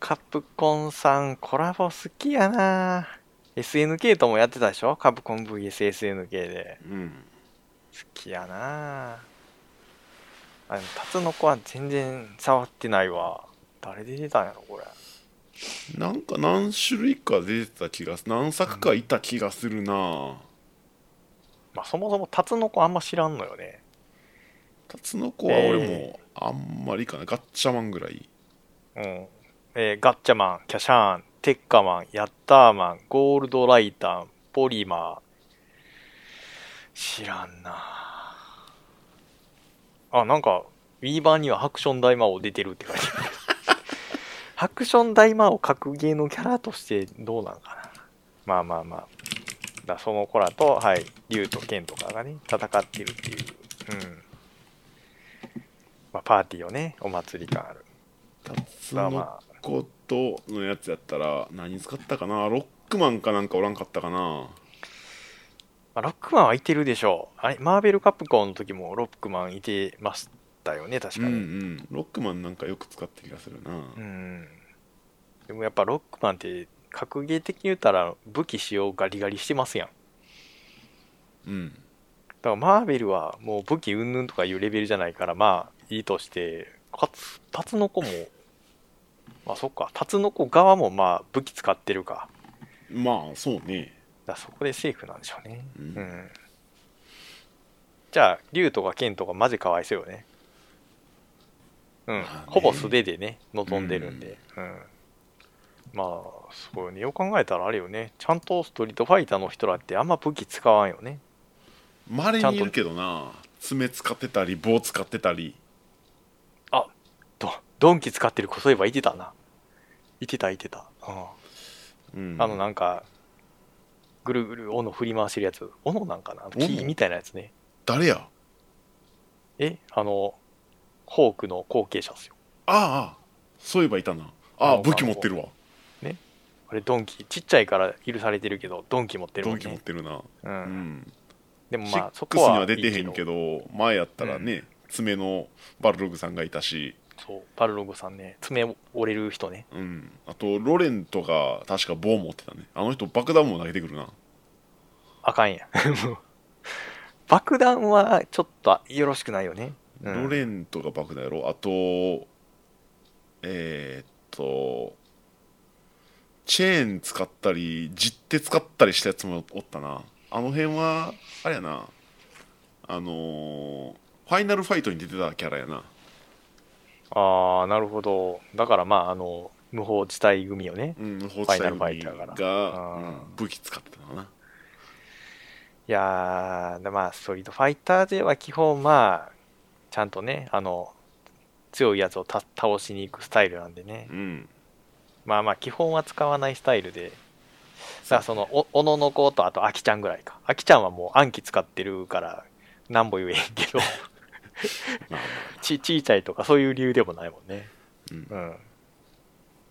Speaker 2: カプコンさんコラボ好きやな。SNK ともやってたでしょカプコン VSSNK で。
Speaker 1: うん。
Speaker 2: 好きやなああのタツノコは全然触ってないわ誰で出たんやろこれ
Speaker 1: なんか何種類か出てた気がす何作かいた気がするな
Speaker 2: まあそもそもタツノコあんま知らんのよね
Speaker 1: タツノコは俺
Speaker 2: え
Speaker 1: もあんまりかな。ガッチャマンぐらい。
Speaker 2: うん、えーガッチャマンキャシャーンテッカマンヤッターマンゴールドライターポリマー知らんなああなんか Wii 版にはハクション大魔王出てるって書いてあるハクション大魔王格ゲーのキャラとしてどうなんかなまあまあまあだその子らとはい竜と剣とかがね戦ってるっていううんまあパーティーをねお祭り感ある
Speaker 1: タツ
Speaker 2: まあま
Speaker 1: ノ
Speaker 2: あ
Speaker 1: コとのやつやったら何使ったかなロックマンかなんかおらんかったかな
Speaker 2: まあ、ロックマンはいてるでしょう。あれ、マーベルカプコンの時もロックマンいてましたよね、確
Speaker 1: うん
Speaker 2: か
Speaker 1: う
Speaker 2: に。うん。
Speaker 1: ん。ロックマンなんかよく使った気がするな
Speaker 2: でもやっぱロックマンって、格ゲー的に言ったら武器使用ガリガリしてますやん。
Speaker 1: うん。
Speaker 2: だからマーベルはもう武器云々とかいうレベルじゃないから、まあいいとして、かつ、タツノコも、まあそっか、タツノコ側もまあ武器使ってるか。
Speaker 1: まあそうね
Speaker 2: だからそこでセーフなんでしょうね。
Speaker 1: うん
Speaker 2: うん。じゃあ、竜とか剣とかマジかわいそうよね。うん
Speaker 1: まあね。
Speaker 2: ほぼ素手でね、望んでるんで。うん。まあ、そうよね。よく考えたらあれよね。ちゃんとストリートファイターの人らってあんま武器使わんよね。
Speaker 1: まれにいるけどな爪使ってたり棒使ってたり
Speaker 2: ど、ドンキ使ってる子そういえばいてたな。いてた、いてた。
Speaker 1: う
Speaker 2: う
Speaker 1: ん
Speaker 2: ん。あの、なんか、ぐるぐる斧振り回してるやつ。斧なんかな
Speaker 1: 斧
Speaker 2: 木みたいなやつね。
Speaker 1: 誰や
Speaker 2: えあの、ホークの後継者っすよ。
Speaker 1: ああああそういえばいたなあ
Speaker 2: あ
Speaker 1: あ
Speaker 2: の
Speaker 1: 武器持ってるわ
Speaker 2: あれドンキちっちゃいから許されてるけどドンキ持ってる
Speaker 1: ド
Speaker 2: も
Speaker 1: ン
Speaker 2: ん
Speaker 1: キ持っ
Speaker 2: ね、
Speaker 1: てるな
Speaker 2: う、
Speaker 1: うんん
Speaker 2: でもまあそ
Speaker 1: 6
Speaker 2: こ
Speaker 1: に
Speaker 2: は
Speaker 1: は出てへんけ
Speaker 2: ど
Speaker 1: ど前やったらね爪のバルログさんがいたし
Speaker 2: そうパルログさんね爪折れる人ね
Speaker 1: うんあとロレンとか確か棒持ってたねあの人爆弾も投げてくるな
Speaker 2: あかん やもう爆弾はちょっとよろしくないよね、うん
Speaker 1: ロレンとか爆弾やろあとえーっとチェーン使ったり実手使ったりしたやつもおったなあの辺はあれやなあのーファイナルファイトに出てたキャラやな
Speaker 2: ああなるほどだからまああの無法地帯組よね
Speaker 1: うん放
Speaker 2: ァイナルファイターから
Speaker 1: が、
Speaker 2: あー
Speaker 1: うん武器使ってたのかない
Speaker 2: やーでまあストリートファイターでは基本まあちゃんとねあの強いやつをた倒しに行くスタイルなんでね
Speaker 1: うん
Speaker 2: まあまあ基本は使わないスタイルでさあそのおおののことあとあきちゃんぐらいかあきちゃんはもう暗記使ってるからなんぼ言えへんけ ど
Speaker 1: まあまあ
Speaker 2: ちちいちゃいとかそういう理由でもないもんね
Speaker 1: うん
Speaker 2: ん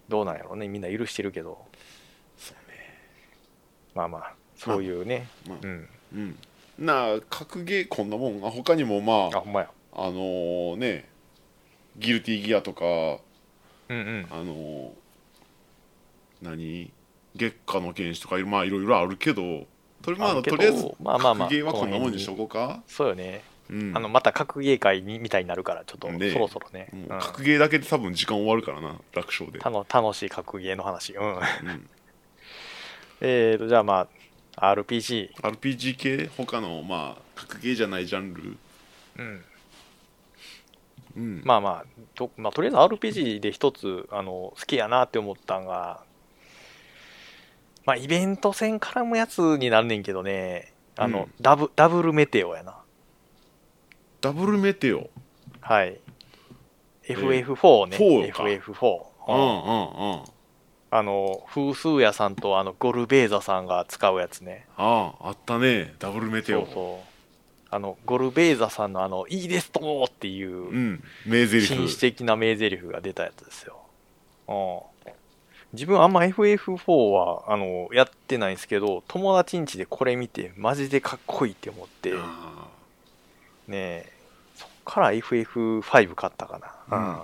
Speaker 2: どうなんやろうねみんな許してるけど
Speaker 1: そうね
Speaker 2: まあまあそういうね、
Speaker 1: まあ
Speaker 2: うん
Speaker 1: うんなあ格ゲーこんなもんあ他にもま
Speaker 2: あ
Speaker 1: あ
Speaker 2: ほんまや
Speaker 1: あのーねギルティギアとか
Speaker 2: うんうん
Speaker 1: あの何月下の原始とかまあいろいろあるけどとり,、ま
Speaker 2: あ
Speaker 1: あ、
Speaker 2: るけ
Speaker 1: と
Speaker 2: ど
Speaker 1: りあえず
Speaker 2: まあまあまあ
Speaker 1: 格ゲーはこんなもんにしとこうか、
Speaker 2: そうよね、
Speaker 1: うん、
Speaker 2: あのまた格ゲー会にみたいになるからちょっと
Speaker 1: ね
Speaker 2: そろそろね、
Speaker 1: も
Speaker 2: うん
Speaker 1: う格ゲーだけで多分時間終わるからな楽勝で、
Speaker 2: たの楽しい格ゲーの話うん
Speaker 1: うん、
Speaker 2: えーとじゃあまあ RPG
Speaker 1: RPG 系他のまあ格ゲーじゃないジャンル、
Speaker 2: うん
Speaker 1: うん
Speaker 2: まあまあと、まあ、とりあえず RPG で一つあの好きやなって思ったんが、まあ、イベント戦絡むやつになんねんけどね、あ
Speaker 1: う
Speaker 2: の、
Speaker 1: ん
Speaker 2: ダブダブルメテオやな。
Speaker 1: ダブルメテオ
Speaker 2: はい。
Speaker 1: ー
Speaker 2: FF4 ね。
Speaker 1: 4か
Speaker 2: FF4。
Speaker 1: うん
Speaker 2: う
Speaker 1: うんんうん
Speaker 2: あの、風数屋さんとあのゴルベーザさんが使うやつね。
Speaker 1: あああったねダブルメテ
Speaker 2: そ
Speaker 1: オ
Speaker 2: うそう。あの、ゴルベーザさんのあの、いいですともっていうう、
Speaker 1: ん名ゼリフ
Speaker 2: 紳士的な名台詞が出たやつですよ。うん。自分あんま FF4 は、あの、やってないんですけど、友達ん家でこれ見て、マジでかっこいいって思って、ね
Speaker 1: あ
Speaker 2: えそっから FF5 買ったかな。
Speaker 1: うん
Speaker 2: うん。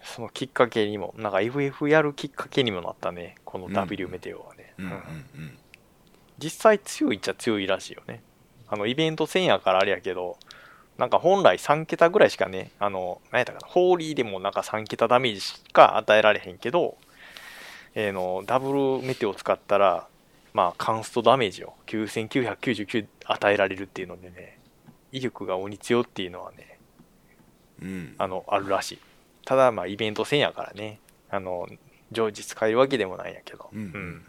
Speaker 2: そのきっかけにも、なんか FF やるきっかけにもなったね、この W メテオはね。
Speaker 1: あうんうん
Speaker 2: うん
Speaker 1: うん
Speaker 2: 実際強いっちゃ強いらしいよねあのイベント戦やからあれやけどなんか本来3桁ぐらいしかねあの何やったかなホーリーでもなんか3桁ダメージしか与えられへんけど、えーのダブルメテを使ったらまあカンストダメージを9999与えられるっていうのでね威力が鬼強っていうのはね
Speaker 1: うん
Speaker 2: あのあるらしいただまあイベント戦やからねあの常時使えるわけでもないんやけど
Speaker 1: うんうん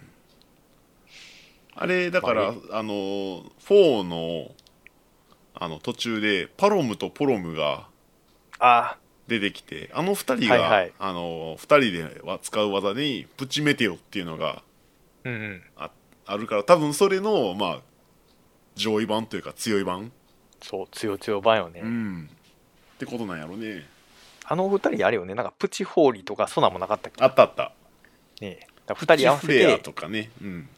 Speaker 1: あれだから、
Speaker 2: ま
Speaker 1: あの4のあの途中でパロムとポロムが
Speaker 2: あ
Speaker 1: 出てきてあの2人が、
Speaker 2: はいはい
Speaker 1: あの2人では使う技にプチメテオっていうのが
Speaker 2: うんうん
Speaker 1: あるから多分それのまあ上位版というか強い版、
Speaker 2: そう強強版よね、
Speaker 1: うん、ってことなんやろね
Speaker 2: あのお二人あれよね、なんかプチホーリーとかソナもなかったっ
Speaker 1: あったあった
Speaker 2: けね。だから二人合わせ
Speaker 1: プチフレア
Speaker 2: て、
Speaker 1: とかね、うん、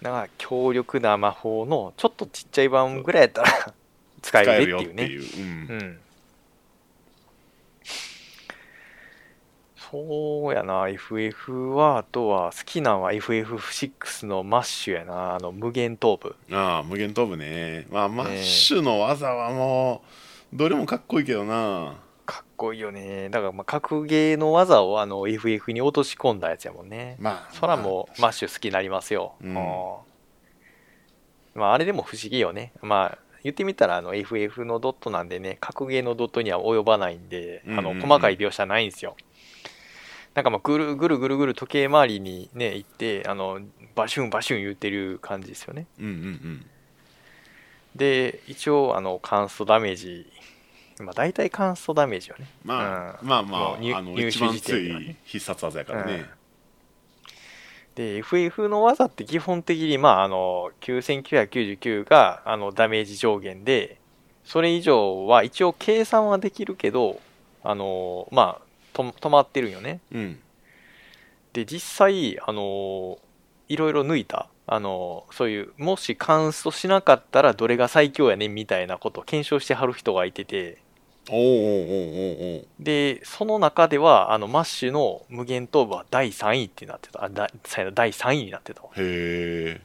Speaker 2: なんか強力な魔法のちょっとちっちゃい版ぐらいやったら 使
Speaker 1: 使
Speaker 2: え
Speaker 1: え
Speaker 2: る
Speaker 1: る
Speaker 2: ね
Speaker 1: よ
Speaker 2: っ
Speaker 1: ってていう、う
Speaker 2: いうね。
Speaker 1: ん
Speaker 2: うん。そうやな、FF は、あとは好きなんは FF6 のマッシュやな、あの無限頭部。
Speaker 1: ああ無限飛ぶねまあマ
Speaker 2: ね
Speaker 1: ッシュの技はもうどれもかっこいいけどな
Speaker 2: かっこいいよね。だからまあ格ゲーの技をあの FF に落とし込んだやつやもんね。
Speaker 1: まあ
Speaker 2: そらもうマッシュ好きになりますよ。
Speaker 1: うん
Speaker 2: まあ、あれでも不思議よね。まあ、言ってみたらあの FF のドットなんでね、格ゲーのドットには及ばないんで、あ
Speaker 1: うん
Speaker 2: の
Speaker 1: うんうん
Speaker 2: 細かい描写ないんですよ。なんかまあぐるぐるぐるぐる時計回りにね行ってあのバシュンバシュン言ってる感じですよね。
Speaker 1: うんうんうん
Speaker 2: で一応あのカンストダメージ、まあ、大体カンストダメージよね。
Speaker 1: まあ、
Speaker 2: うん
Speaker 1: まあま
Speaker 2: も
Speaker 1: あ
Speaker 2: う入
Speaker 1: あの
Speaker 2: 入手
Speaker 1: 一番
Speaker 2: 時点
Speaker 1: 強
Speaker 2: ではね
Speaker 1: い必殺技やからね、
Speaker 2: で FF の技って基本的に、まあ、あの9999があのダメージ上限でそれ以上は一応計算はできるけどあの、まあ、と止まってるんよね
Speaker 1: うん
Speaker 2: で実際あのいろいろ抜いたあのそういうもしカンストしなかったらどれが最強やねんみたいなことを検証してはる人がいてて
Speaker 1: おうおうおうおうおう
Speaker 2: でその中ではあのマッシュの無限頭部は第3位ってなってたあだ第3位になってたわ
Speaker 1: へ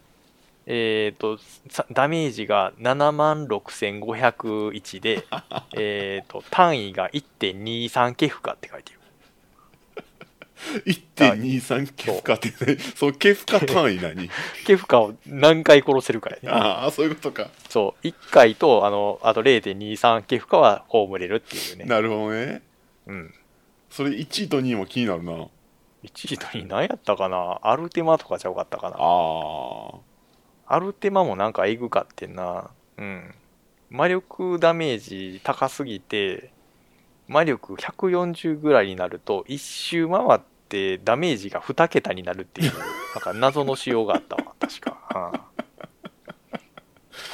Speaker 1: え
Speaker 2: えー、とさダメージが7万6501で えーと単位が1.23ケフカって書いてる
Speaker 1: 1.23ケフカってねそうケフカ単位 何
Speaker 2: ケフカを何回殺せるかやね
Speaker 1: ああそういうことか
Speaker 2: そう1回とあのあと0.23ケフカは葬れるっていうね、
Speaker 1: なるほどね
Speaker 2: うん、
Speaker 1: それ1位と2位も気になるな
Speaker 2: 一時とに何やったかなアルテマとかちゃうかったかな
Speaker 1: ああ
Speaker 2: アルテマもなんかえぐかってんなうん魔力ダメージ高すぎて魔力140ぐらいになると一周回ってダメージが2桁になる っていうなんか謎の仕様があったわ確か、うん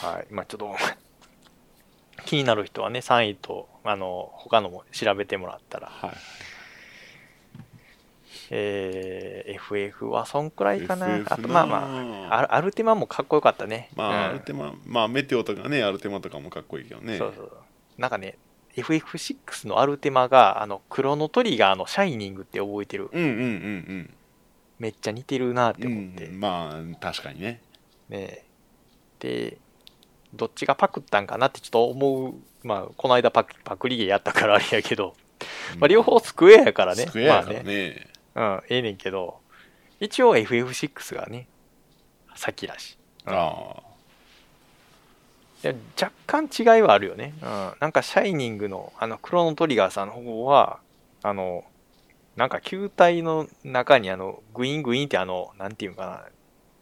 Speaker 2: はいまあちょっと気になる人はね3位とあの他のも調べてもらったら
Speaker 1: はい
Speaker 2: えー FF はそんくらいかな
Speaker 1: FF
Speaker 2: あとまあまあアルアルテマもかっこよかったね
Speaker 1: まあ、
Speaker 2: うん
Speaker 1: アルテマまあメテオとかねアルテマとかもかっこいいけどね
Speaker 2: そうそうなんかね FF6 のアルテマがあのクロノトリガーのシャイニングって覚えてる
Speaker 1: うんうんうんうん
Speaker 2: めっちゃ似てるなって
Speaker 1: う
Speaker 2: 思って、
Speaker 1: ん、まあ確かにね
Speaker 2: ねでどっちがパクったんかなってちょっと思うまあこの間パクパクリゲやったからあれやけど、まあ、両方スクエアやからね
Speaker 1: スクエアやから
Speaker 2: まあね
Speaker 1: ね,、
Speaker 2: うんええねんけど一応 FF6 がね先だしうん
Speaker 1: あ
Speaker 2: で若干違いはあるよね、うん、なんか「シャイニングの」あのクロノトリガーさんの方はあのなんか球体の中にあのグイングインってあのなんていうんかな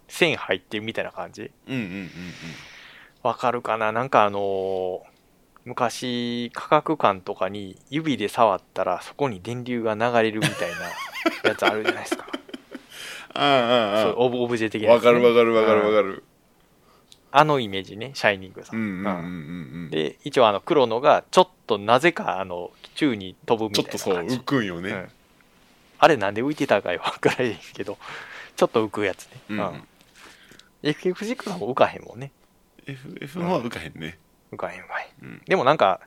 Speaker 2: 線入ってるみたいな感じ
Speaker 1: あうんうんうんうん
Speaker 2: わかるかななんかあのー昔科学館とかに指で触ったらそこに電流が流れるみたい なやつあるじゃないですか
Speaker 1: ああああ
Speaker 2: そう
Speaker 1: あ
Speaker 2: オブオブジェ的な
Speaker 1: あ
Speaker 2: や
Speaker 1: わ
Speaker 2: つね、
Speaker 1: かるわかるわかるわかる
Speaker 2: あのイメージね「シャイニング」さ
Speaker 1: うん
Speaker 2: ん、
Speaker 1: うんうんうんうん
Speaker 2: で一応あの黒野がちょっとなぜかあの宙に飛ぶみ
Speaker 1: ち
Speaker 2: た
Speaker 1: ょ
Speaker 2: い
Speaker 1: っ
Speaker 2: な
Speaker 1: と
Speaker 2: 感じ
Speaker 1: そう浮くんよね、
Speaker 2: うんあれなんで浮いてたかよ わからへんけどちょっと浮くやつね、
Speaker 1: うん
Speaker 2: FF6 の方浮かへんもんね
Speaker 1: FF の方は浮かへんね、
Speaker 2: 浮かへんわい
Speaker 1: うん
Speaker 2: でもなんか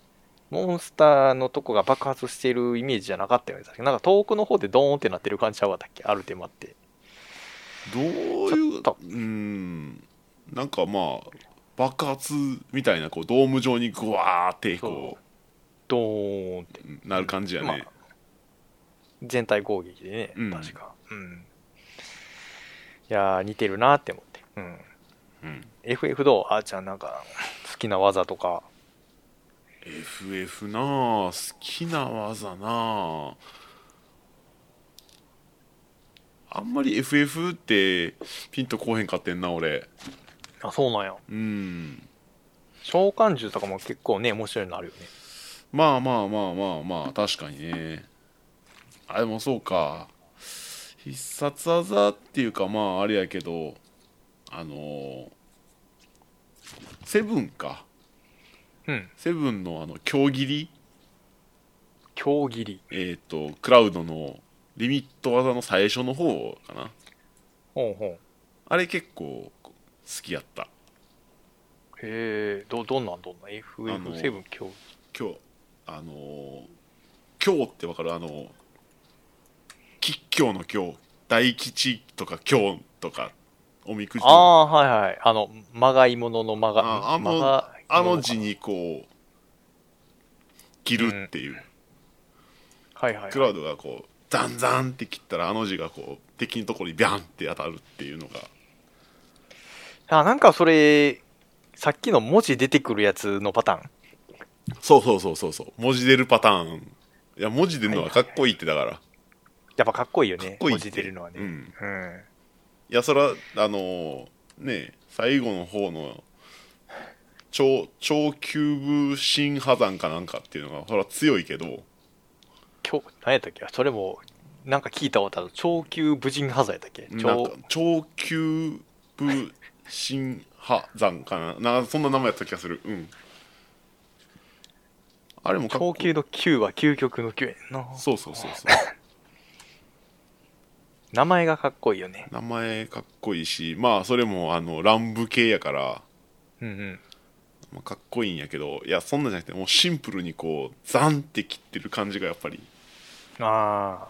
Speaker 2: モンスターのとこが爆発してるイメージじゃなかったよね確かなんか遠くの方でドーンってなってる感じちゃうわだっけある手間って
Speaker 1: どう
Speaker 2: ち
Speaker 1: い
Speaker 2: ょ
Speaker 1: う
Speaker 2: っと
Speaker 1: うんなんかまあ爆発みたいなこうドーム状にグワーってこ
Speaker 2: ドーンって
Speaker 1: うなる感じやね、
Speaker 2: まあ全体攻撃でね、
Speaker 1: うん
Speaker 2: 確かうんいやー似てるなって思ってうん
Speaker 1: うん
Speaker 2: FF どうあーちゃんなんか好きな技とか
Speaker 1: FF なあ好きな技なああんまり FF ってピンとこうへんかってんな俺
Speaker 2: あそうなんや
Speaker 1: うん
Speaker 2: 召喚獣とかも結構ね面白いのあるよね
Speaker 1: まあまあまあまあまあ確かにねあでもそうか必殺技っていうかまああれやけどあのーセブンか
Speaker 2: うん
Speaker 1: セブンのあの強斬り
Speaker 2: 強切り
Speaker 1: えっ、とクラウドのリミット技の最初の方かな
Speaker 2: ほんほんへ
Speaker 1: あれ結構好きやった
Speaker 2: えどどんなんどんなん
Speaker 1: あの
Speaker 2: FF7 強
Speaker 1: 今日あのー今日ってわかるあのー吉凶の今日大吉とか今日とかおみくじ
Speaker 2: あ
Speaker 1: の
Speaker 2: あはいはいあのまがいもののまが
Speaker 1: ああの
Speaker 2: まがい
Speaker 1: あ
Speaker 2: も
Speaker 1: の
Speaker 2: か
Speaker 1: 字にこう切るっていう、
Speaker 2: はいはい
Speaker 1: クラウドがこうザンザンって切ったらあの字がこう敵のところにビャンって当たるっていうのが
Speaker 2: あなんかそれさっきの文字出てくるやつのパターン
Speaker 1: そうそうそうそうそう文字出るパターンいや文字出るのはかっこいいってだから、
Speaker 2: やっぱかっこいいよね
Speaker 1: かっこいいっ
Speaker 2: 文
Speaker 1: て
Speaker 2: 字出るのはね
Speaker 1: うん
Speaker 2: うん
Speaker 1: いやそらあのーね最後の方の超超キューブ新破山かなんかっていうのがほら強いけど
Speaker 2: 今日何やったっけそれもなんか聞いたことある超級武人ハザやったっけ
Speaker 1: なん
Speaker 2: 超
Speaker 1: か超キューブ新破山かななんかそんな名前やった気がするうんあれもかっこ
Speaker 2: 超級の9は究極の9やんな
Speaker 1: そうそうそうそう
Speaker 2: 名前がかっこいいよね
Speaker 1: 名前かっこいいしまあそれもあの乱舞系やから、
Speaker 2: うんうん
Speaker 1: まあ、かっこいいんやけどいやそんなんじゃなくてもうシンプルにこうザンって切ってる感じがやっぱり
Speaker 2: あ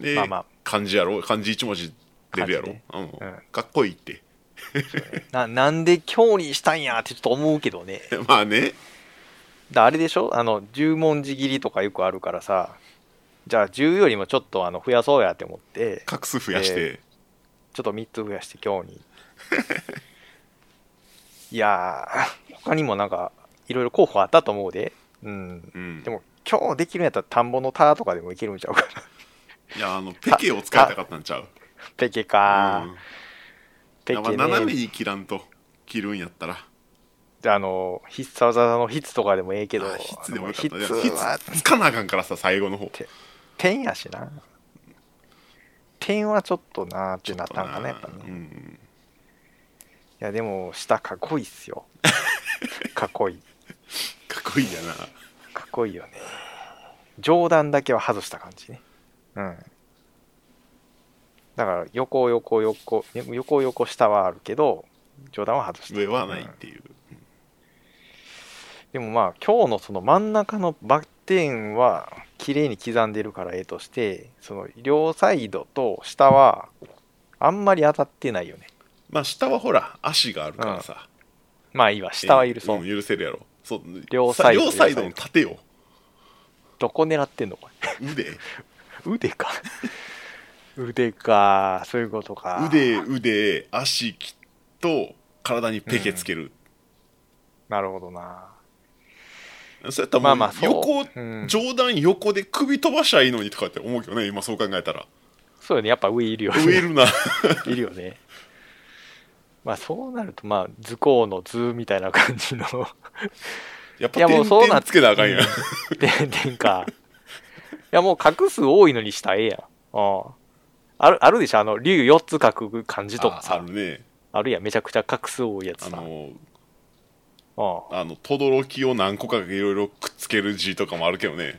Speaker 1: で、
Speaker 2: まあまあ
Speaker 1: 漢字やろ漢字一文字出るやろ、うん
Speaker 2: うん
Speaker 1: かっこいいって
Speaker 2: あななんで今日にしたんやってちょっと思うけどね
Speaker 1: まあね
Speaker 2: だあれでしょあの十文字切りとかよくあるからさじゃあ10よりもちょっとあの増やそうやって思って
Speaker 1: 画数増やして、
Speaker 2: ちょっと3つ増やして今日に いやー他にもなんかいろいろ候補あったと思うでうん
Speaker 1: うん
Speaker 2: でも今日できるんやったら田んぼの田とかでもいけるんちゃうかな
Speaker 1: いやあのペケを使いたかったんちゃう
Speaker 2: ペケか、
Speaker 1: うん
Speaker 2: ペ
Speaker 1: やっぱ
Speaker 2: ケ
Speaker 1: 斜め
Speaker 2: ね
Speaker 1: に切らんと切るんやったら
Speaker 2: あの必殺技の筆とかでもええけど
Speaker 1: あ筆でもよかった
Speaker 2: あの
Speaker 1: ね
Speaker 2: 筆は
Speaker 1: 筆つかなあかんからさ最後の方
Speaker 2: 点やしな点はちょっとなーってなったんかなやっぱね、
Speaker 1: う
Speaker 2: い
Speaker 1: ん
Speaker 2: やでも下かっこいいっ すよかっこいい
Speaker 1: かっこいいやな
Speaker 2: かっこいいよね上段だけは外した感じねうんだから横横横横横下はあるけど上段は外した
Speaker 1: 上はない
Speaker 2: うん
Speaker 1: っていう、
Speaker 2: でもまあ今日のその真ん中のバッテンは綺麗に刻んでるから絵としてその両サイドと下はあんまり当たってないよね
Speaker 1: まあ下はほら足があるからさ、
Speaker 2: まあいいわ下は許そう、
Speaker 1: ん許せるやろそう
Speaker 2: 両
Speaker 1: さ
Speaker 2: サイド
Speaker 1: 両サイドの縦よ
Speaker 2: どこ狙ってんのこれ
Speaker 1: 腕
Speaker 2: 腕か腕かそういうことか
Speaker 1: 腕腕足と体にペケつける、
Speaker 2: なるほどな
Speaker 1: そうやった
Speaker 2: ま
Speaker 1: ら
Speaker 2: あ
Speaker 1: も
Speaker 2: ま
Speaker 1: う
Speaker 2: あそう
Speaker 1: 横、
Speaker 2: うん
Speaker 1: 上段横で首飛ばしゃいいのにとかって思うけどね今そう考え たら
Speaker 2: そうよねやっぱ上いるよね
Speaker 1: 植えるな
Speaker 2: いるよね。まあそうなると、まあ図工の図みたいな感じの
Speaker 1: やっ
Speaker 2: い
Speaker 1: ぱ
Speaker 2: や
Speaker 1: 点
Speaker 2: もうそうな
Speaker 1: 々
Speaker 2: っ
Speaker 1: つけなあかんやん、
Speaker 2: うん点々か。いやもう画数多いのにしたらええやん。うんあるあるでしょあの、竜4つ書く感じとか
Speaker 1: ああ
Speaker 2: さ、
Speaker 1: るね
Speaker 2: あるいはめちゃくちゃ画数多いやつ
Speaker 1: あ
Speaker 2: さ。うん
Speaker 1: のあの轟を何個かいろいろくっつける字とかもあるけどね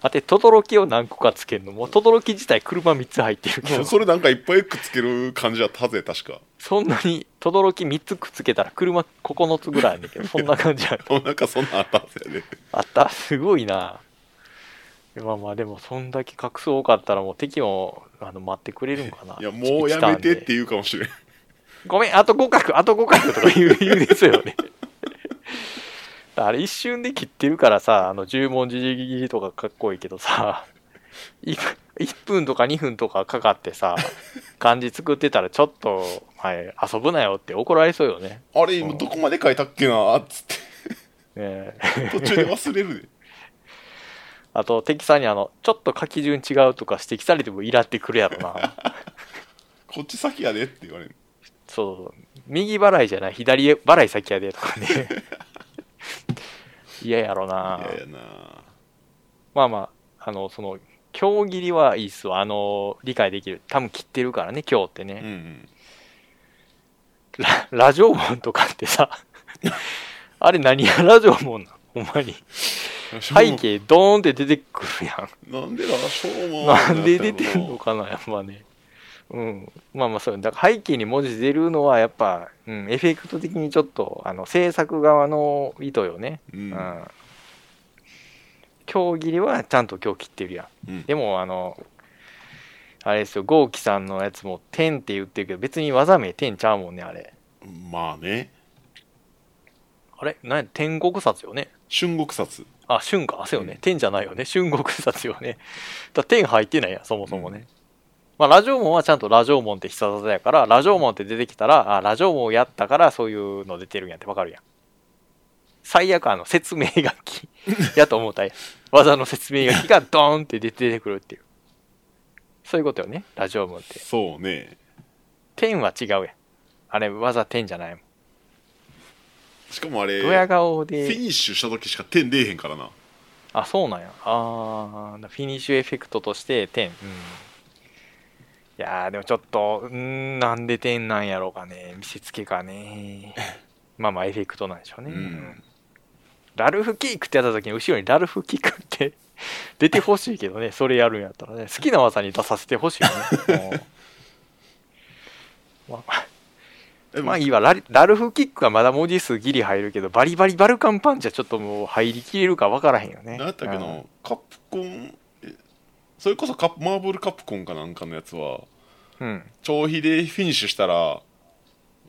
Speaker 2: だって、轟を何個かつけんのもう轟自体車3つ入ってるけ
Speaker 1: も
Speaker 2: ど、
Speaker 1: うそれなんかいっぱいくっつける感じだったぜ確か
Speaker 2: そんなに轟3つくっつけたら車9つぐらいあんねんけど、そんな感じや
Speaker 1: おなんかそんなんあったはずやね
Speaker 2: あったすごいな。まあまあでもそんだけ画数多かったらもう敵もあの待ってくれるんかな。
Speaker 1: いやもうやめてって
Speaker 2: い
Speaker 1: 言
Speaker 2: う。
Speaker 1: うかもしれん
Speaker 2: ごめん、あと5画、あと5画とか言う言うですよね。あれ一瞬で切ってるからさ、あの十文字切りとかかっこいいけどさ、い1分とか2分とかかかってさ、漢字作ってたらちょっと、はい、遊ぶなよって怒られそうよね。
Speaker 1: あれ今どこまで書いたっけなっつっ
Speaker 2: ねえ
Speaker 1: て途中で忘れるで
Speaker 2: あと、敵さんにあの、ちょっと書き順違うとか指摘されてもイラってくるやろな。
Speaker 1: こっち先やでって言われる
Speaker 2: そうそう右払いじゃない、左払い先やでとか ね。嫌やろ
Speaker 1: い
Speaker 2: な。
Speaker 1: やいやな
Speaker 2: まあまあ、あの、その、今日切りはいいっすわ。あの、理解できる。多分切ってるからね、今日って
Speaker 1: うんう
Speaker 2: ね。
Speaker 1: ん
Speaker 2: ララジオモンとかってさ、 あれ何やラジオモンなんほんまに。背景ドーンって出てくるやん。
Speaker 1: なんでだしょうも
Speaker 2: なんで出て
Speaker 1: る
Speaker 2: んのかな、やっぱね。うん。まあまあそう。だから背景に文字出るのは、やっぱ、うん、エフェクト的にちょっと、あの、制作側の意図よね。
Speaker 1: うん
Speaker 2: う、ん。今日切りはちゃんと今日切ってるや
Speaker 1: うん
Speaker 2: ん。でも、あの、あれですよ、豪輝さんのやつも、天って言ってるけど、別に技名天ちゃうもんね、あれ。
Speaker 1: まあね
Speaker 2: あれなんや天国殺よね。
Speaker 1: 春国殺
Speaker 2: あ、春か、汗よね、
Speaker 1: うん
Speaker 2: 天じゃないよね。春国殺よね。だから天入ってないやん、そもそもね。まあ、ラジオ門はちゃんとラジオ門って必殺技やから、ラジオ門って出てきたら、あ、ラジオ門やったからそういうの出てるんやってわかるやん。最悪あの、説明書き やと思うたんや。技の説明書きがドーンって出てくるっていう。そういうことよね、ラジオ門って。
Speaker 1: そうね
Speaker 2: 天は違うやん。あれ、技天じゃないもん。
Speaker 1: しかもあれ
Speaker 2: ドヤ顔
Speaker 1: フィ
Speaker 2: で、
Speaker 1: ニッシュした時しか点出えへんからな
Speaker 2: あ、そうなんや。あーフィニッシュエフェクトとして10。うん、いやー、でもちょっと、うーんなんで10なんやろうかね。見せつけ かね。まあまあ、エフェクトなんでしょう
Speaker 1: う
Speaker 2: ね。
Speaker 1: ん
Speaker 2: ラルフキックってやった時に、後ろにラルフキックって 出てほしいけどね。それやるんやったらね。好きな技に出させてほしいよ ね。うんまあ、
Speaker 1: でも
Speaker 2: まあいいわラリラルフキックはまだ文字数ギリ入るけどバリバリバルカンパンチはちょっともう入りきれるか分からへんよね
Speaker 1: 何やったっけな、
Speaker 2: うん
Speaker 1: カプコンえそれこそカップマーブルカプコンかなんかのやつは
Speaker 2: うん、
Speaker 1: 長飛でフィニッシュしたら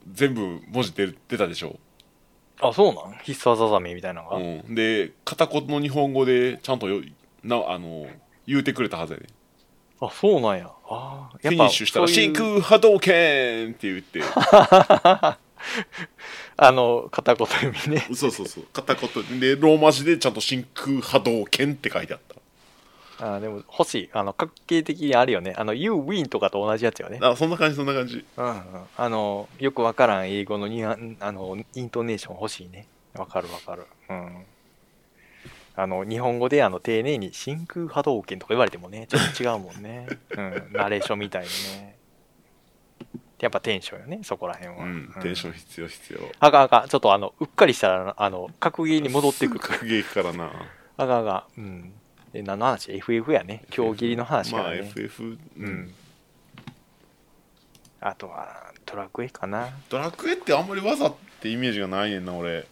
Speaker 1: 全部文字出る出たでしょ、
Speaker 2: あ、そうなん必殺技名みたいなのが。
Speaker 1: うん、で片言の日本語でちゃんとよなあの言うてくれたはずやね
Speaker 2: あ、そうなんや。あ
Speaker 1: フ
Speaker 2: ー
Speaker 1: ィ
Speaker 2: やっ
Speaker 1: ニ
Speaker 2: ぱ
Speaker 1: ッシュしたら「
Speaker 2: そうい
Speaker 1: 真
Speaker 2: う
Speaker 1: 空波動拳!」って言って
Speaker 2: あの、片言読みね。
Speaker 1: そうそうそう片言でローマ字でちゃんと「真空波動拳」って書いてあった
Speaker 2: あーでも欲しい。あの、格系的にあるよね。あの、You Win とかと同じやつよね。
Speaker 1: あそんな感じそんな感じ
Speaker 2: うんうん。あの、よくわからん英語のニュアンあの、イントネーション欲しいね。わかるわかる。うん。あの、日本語であの、丁寧に真空波動拳とか言われてもね、ちょっと違うもんね。うん。ナレーションみたいにね。やっぱテンションよね、そこら辺は。
Speaker 1: うんテンション必要必要
Speaker 2: あかんあかん、ちょっとあの、うっかりしたら、あの、格ゲーに戻って くる。
Speaker 1: 格ゲーからな
Speaker 2: あかんあかん。うん。え、何の話 ?FF やね。強切りの話からね。
Speaker 1: まあ FF う
Speaker 2: うんん。あとは、ドラクエかな。
Speaker 1: ドラクエってあんまり技ってイメージがないねんな俺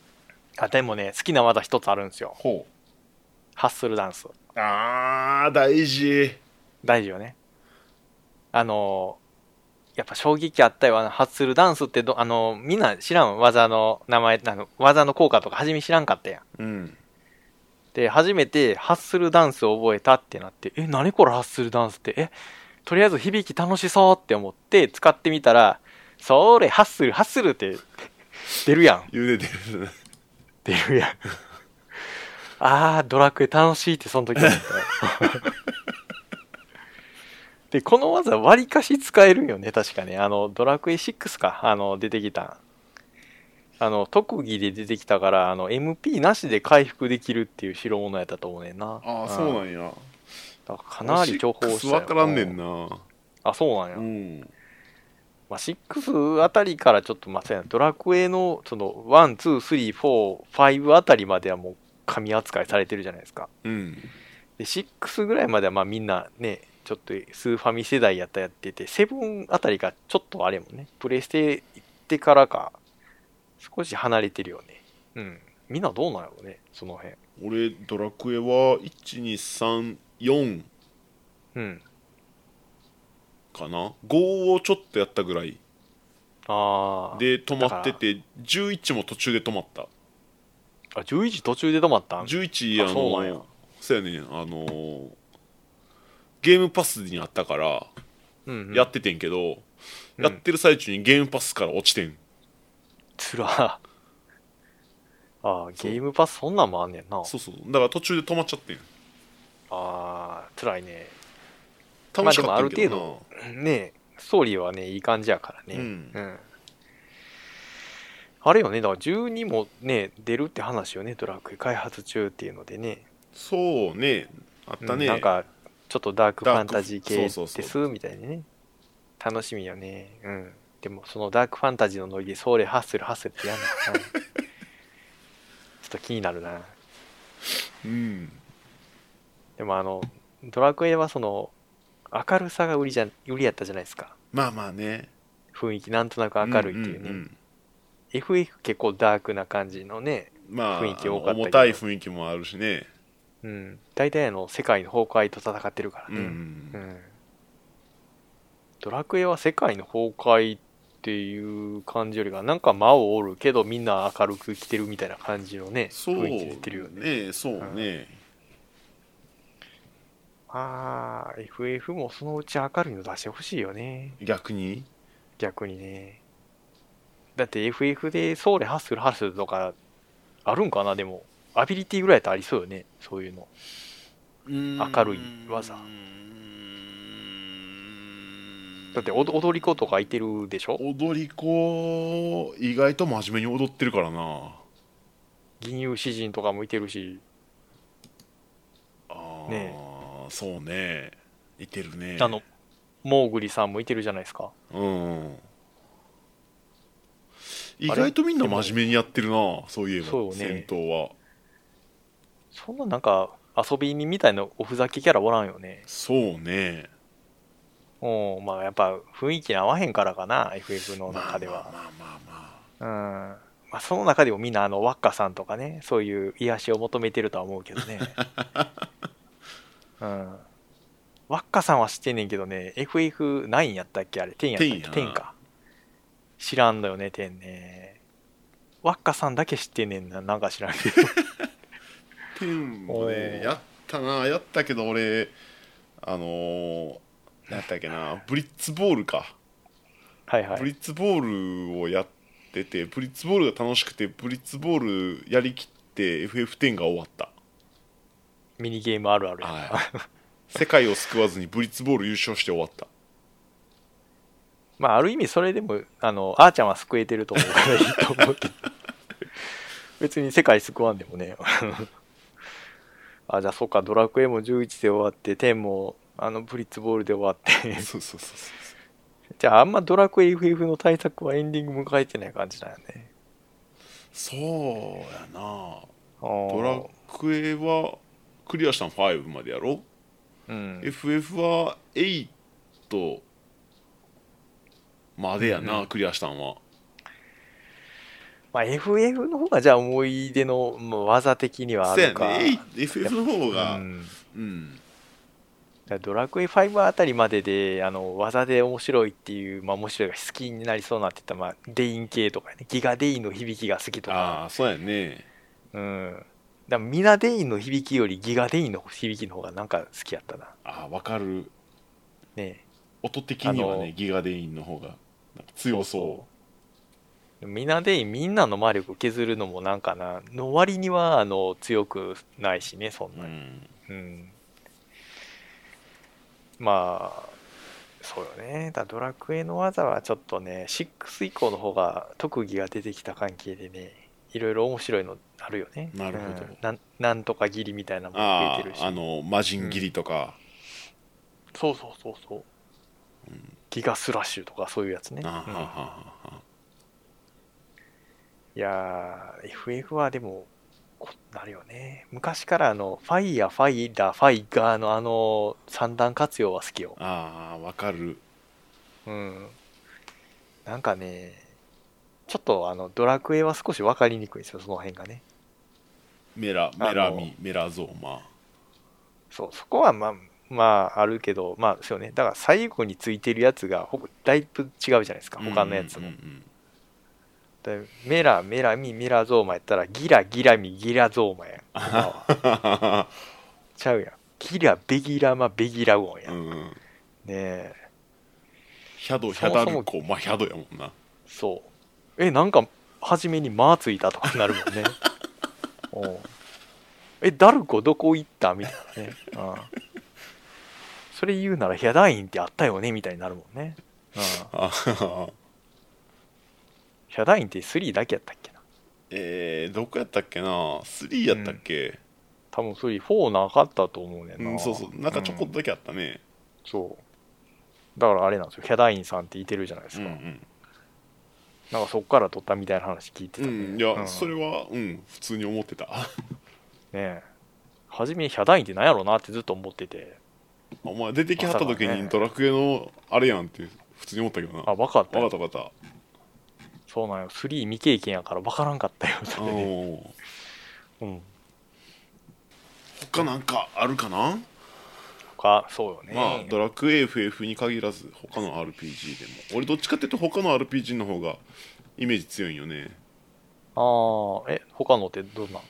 Speaker 2: あ、でもね、好きな技一つあるんですよ。
Speaker 1: ほ
Speaker 2: ハッスルダンス。
Speaker 1: あー大事
Speaker 2: 大事よね。あの、やっぱ衝撃あったよ。あの、発するダンスってど、あの、みんな知らん技の名前、あの、技の効果とか初め知らんかったや
Speaker 1: う
Speaker 2: ん。
Speaker 1: ん
Speaker 2: で、初めてハッスルダンスを覚えたってなって、え、何これハッスルダンスって、え、とりあえず響き楽しそうって思って使ってみたら、それ、ハッスル、ハッスルって出るやん。
Speaker 1: 茹でて る
Speaker 2: 出るやん。 あー、ドラクエ楽しいってその時思った。 で、この技割かし使えるよね、確かね。あの、ドラクエ6か、あの、出てきた。あの、特技で出てきたから、あの、MP なしで回復できるっていう代物やったと思うねんな。
Speaker 1: ああそうなんや
Speaker 2: だからかなり重宝したよ。
Speaker 1: 分からんねんな
Speaker 2: あ、そうなんや。
Speaker 1: うん
Speaker 2: まあ、6あたりからちょっと、まあ、そうやなドラクエの、その、1、2、3、4、5あたりまではもう、神扱いされてるじゃないですか。
Speaker 1: うん
Speaker 2: で、6ぐらいまでは、まあ、みんなね、ちょっと、スーファミ世代やったやってて、7あたりがちょっとあれもね、プレステ行ってからか、少し離れてるよね。うん。みんなどうなんやろうね、その辺。
Speaker 1: 俺ドラクエは1234
Speaker 2: うん。
Speaker 1: かな5をちょっとやったぐらい
Speaker 2: ああ。、
Speaker 1: で止まってて11も途中で止まった
Speaker 2: あ、11時途中で止まったん
Speaker 1: 11
Speaker 2: あ
Speaker 1: あ
Speaker 2: そうなんや
Speaker 1: のそうやねんあのーゲームパスにあったから
Speaker 2: うん、うん。
Speaker 1: やっててんけど、
Speaker 2: うん
Speaker 1: やってる最中にゲームパスから落ちてん
Speaker 2: つらああゲームパスそんなんもあんねんな
Speaker 1: そうそうだから途中で止まっちゃってん
Speaker 2: あーつらいね
Speaker 1: 楽しかったんやけどな、
Speaker 2: まあでもねえストーリーはねいい感じやからね
Speaker 1: うん
Speaker 2: あれよねだから12もね出るって話よねドラクエ開発中っていうのでね
Speaker 1: そうねあったね、
Speaker 2: うんなんかちょっとダークファンタジー系
Speaker 1: ダー
Speaker 2: で
Speaker 1: クそう
Speaker 2: す
Speaker 1: そうそ
Speaker 2: みたいにね楽しみよねうんでもそのダークファンタジーのノリでソーレハッスルハッスルってやんのかなちょっと気になるな
Speaker 1: うん
Speaker 2: でもあのドラクエはその明るさが売りじゃ売りやったじゃないですか
Speaker 1: まあまあね
Speaker 2: 雰囲気なんとなく明るいっていうね、
Speaker 1: んん
Speaker 2: FF 結構ダークな感じのね、
Speaker 1: まあ
Speaker 2: 雰囲気多かったけど
Speaker 1: 重たい雰囲気もあるしね
Speaker 2: うん、大体あの世界の崩壊と戦ってるから
Speaker 1: うん、
Speaker 2: ね、うんドラクエは世界の崩壊っていう感じよりかなんか魔をおるけどみんな明るく来てるみたいな感じのね
Speaker 1: そう
Speaker 2: 雰囲気出てるよね
Speaker 1: ねそうね、
Speaker 2: ああ FF もそのうち明るいの出してほしいよね
Speaker 1: 逆に
Speaker 2: 逆にねだって FF でソーレハッスルハッスルとかあるんかなでもアビリティぐらいやったらありそうよねそういうの明
Speaker 1: 明
Speaker 2: るい技だっておど踊り子とかいてるでしょ
Speaker 1: 踊り子意外と真面目に踊ってるからな
Speaker 2: 銀融詩人とかもいてるし
Speaker 1: ああ、
Speaker 2: ね
Speaker 1: そうねいてるね
Speaker 2: あのモーグリさんもいてるじゃないですか
Speaker 1: うん意外とみんな真面目にやってるなそういえば
Speaker 2: そう
Speaker 1: 戦
Speaker 2: ね
Speaker 1: 闘は
Speaker 2: そんななんか遊び人みたいなおふざけキャラおらんよね
Speaker 1: そうね
Speaker 2: うんまあやっぱ雰囲気に合わへんからかな FF
Speaker 1: ま
Speaker 2: の
Speaker 1: あま
Speaker 2: 中
Speaker 1: あ
Speaker 2: で
Speaker 1: ま
Speaker 2: は
Speaker 1: あまあま
Speaker 2: うんまあその中でもみんなあのワッカさんとかねそういう癒しを求めてるとは思うけ どねうんワッカさんは知ってんねんけどね FF9 やったっけあれ10やったっけ
Speaker 1: 10やな
Speaker 2: 10, か知らんのよね10ねワッカさんだけ知ってんねんななんか知らんけ ど
Speaker 1: あ天も
Speaker 2: おー
Speaker 1: ねやったなやったけど俺あのー、何やったっけなブリッツボールか、
Speaker 2: はいは
Speaker 1: ブリ
Speaker 2: い
Speaker 1: ッツボールをやっててブリッツボールが楽しくてブリッツボールやりきって FF10 が終わった
Speaker 2: ミニゲームあるあるやな
Speaker 1: はい 世界を救わずにブリッツボール優勝して終わった
Speaker 2: まあ、ある意味それでも、あの、あーちゃんは救えてると思うからいいと思うけど、 別に世界救わんでもね。 あ、じゃあそうか、ドラクエも11で終わって、10も、あの、ブリッツボールで終わって。
Speaker 1: そうそうそうそう
Speaker 2: じゃああんまドラクエ FF の対策はエンディング迎えてない感じなんやね。
Speaker 1: そうやなド
Speaker 2: ド
Speaker 1: ラクエはクリアしたの5までやろ、
Speaker 2: うん。
Speaker 1: FF は8までやな、
Speaker 2: う
Speaker 1: クリアしたんは
Speaker 2: まあ、FF の方がじゃあ思い出の、もう技的にはあ
Speaker 1: そうや
Speaker 2: るか。
Speaker 1: ね 8FF の方
Speaker 2: う
Speaker 1: が
Speaker 2: ん
Speaker 1: うん
Speaker 2: だからドラクエ5あたりまでであの技で面白いっていう、まあ、面白いが好きになりそうなって言ったら、まあ、デイン系とかねギガデインの響きが好きとか
Speaker 1: ああそうやね
Speaker 2: うんだからミナデインの響きよりギガデインの響きの方がなんか好きやったな
Speaker 1: ああわかる
Speaker 2: ね
Speaker 1: 音的には
Speaker 2: あの
Speaker 1: ねギガデインの方がなんか強そう
Speaker 2: ミナデインみんなの魔力削るのもなんかなの割にはあの強くないしねそん
Speaker 1: う
Speaker 2: なに、
Speaker 1: ん
Speaker 2: うん、まあそうよねだドラクエの技はちょっとね6以降の方が特技が出てきた関係でねいろいろ面白いのあるよね
Speaker 1: なるほど
Speaker 2: うんなんなんとか義理みたいなのも増え
Speaker 1: あ
Speaker 2: てるし
Speaker 1: ああの魔人斬りとか、
Speaker 2: そうそうそうそうギガスラッシュとかそういうやつね、
Speaker 1: ああは
Speaker 2: う
Speaker 1: は
Speaker 2: ん
Speaker 1: ははい
Speaker 2: やー FF はでもこうなるよね昔からあのファイヤーファイラーファイガーのあの三段活用は好きよ
Speaker 1: ああわかる
Speaker 2: うん。なんかね、ちょっとあのドラクエは少し分かりにくいんですよ、その辺がね。
Speaker 1: メラ
Speaker 2: の
Speaker 1: メラミメラゾーマ
Speaker 2: そう、そこはまあ、まあ、あるけど、まあ、そうよね。だから最後についてるやつが、ほだいぶ違うじゃないですか、他のやつも。
Speaker 1: うんうん
Speaker 2: でメラ、メラミ、メラゾーマやったら、ギラ、ギラミ、ギラゾーマやん。
Speaker 1: あ
Speaker 2: ほんまは
Speaker 1: は
Speaker 2: ちゃうやん。ギラ、ベギラマ、ベギラゴンや。
Speaker 1: うん ん
Speaker 2: ね
Speaker 1: うん
Speaker 2: え、
Speaker 1: ヒャドヒ
Speaker 2: そも
Speaker 1: ャ
Speaker 2: そも
Speaker 1: ダルコまあヒャドやもんな
Speaker 2: そう。え、なんか、初めに間ついたとかになるも んね。おうえ、ダルコどこ行ったみたいなね。うんそれ言うなら、ヒャダインってあったよねみたいになるもんね。うん
Speaker 1: あはは
Speaker 2: ヒャダインって3だけやったっけな。
Speaker 1: えー、どこやったっけな3やったっけ、
Speaker 2: 多分3、4なかったと思うねん
Speaker 1: う
Speaker 2: な。
Speaker 1: んそうそうなんかちょこっと
Speaker 2: うん
Speaker 1: だけあったね、
Speaker 2: そう。だからあれなんですよ。ヒャダインさんっていてるじゃないです
Speaker 1: うん
Speaker 2: か。
Speaker 1: うん
Speaker 2: なんかそっから撮ったみたいな話聞いて
Speaker 1: う
Speaker 2: たん
Speaker 1: ん、い
Speaker 2: で。
Speaker 1: や、
Speaker 2: うん
Speaker 1: それはうん普通に思ってた
Speaker 2: ねえ初め、ヒャダインってなんやろうなってずっと思ってて。
Speaker 1: お前出てきはった時
Speaker 2: まさかね
Speaker 1: にドラクエのあれやんって普通に思ったけどなわ
Speaker 2: あ、分かった
Speaker 1: か
Speaker 2: よ
Speaker 1: ったわかっ
Speaker 2: そうなんよ。3未経験やから分からんかったよ。
Speaker 1: た
Speaker 2: そ
Speaker 1: あ
Speaker 2: れで。
Speaker 1: のー
Speaker 2: うん。
Speaker 1: 他なんかあるかな、
Speaker 2: 他、そうよね。
Speaker 1: まあドラクエ FF に限らず他の RPG でも俺どっちかっていうと他の RPG の方がイメージ強いんよね
Speaker 2: ああ、え、他のってどんなん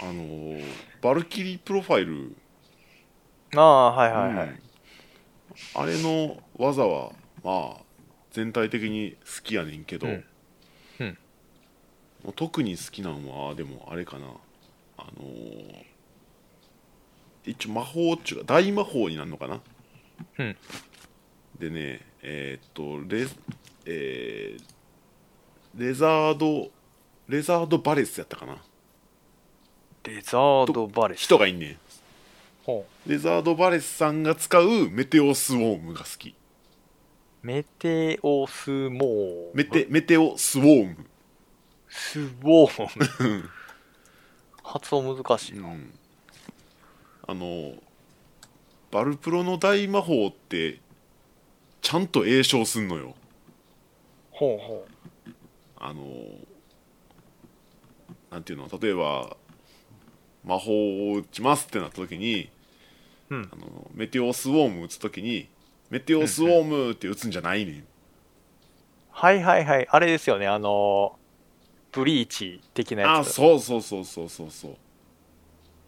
Speaker 1: あのーバルキリープロファイル
Speaker 2: ああ、はいはいはい。
Speaker 1: うんあれの技はまあ全体的に好きやねんけど、
Speaker 2: うんうん
Speaker 1: もう特に好きなんはでもあれかなあのー一応魔法っちゅうか大魔法になるのかな、
Speaker 2: うん
Speaker 1: でねえーっとレ,、えーレザードレザードバレスやったかな
Speaker 2: デザードバレス。
Speaker 1: 人がいんねん
Speaker 2: ほ
Speaker 1: レザードバレスさんが使うメテオスウォームが好き
Speaker 2: うメテオスモー。
Speaker 1: メテメテオスウォーム
Speaker 2: スモーム。発音難しい。
Speaker 1: うん、あのバルプロの大魔法ってちゃんと栄称すんのよ
Speaker 2: ほうほ
Speaker 1: あのなんていうの例えば魔法を打ちますってなった時に
Speaker 2: う。うん
Speaker 1: あ。のメテオスウォーム打つ時にメテオスウォームって打つんじゃないねん
Speaker 2: はいはいはい。あれですよね。あのー、ブリーチ的なや
Speaker 1: あ
Speaker 2: つ。
Speaker 1: そうそうそうそうそうそう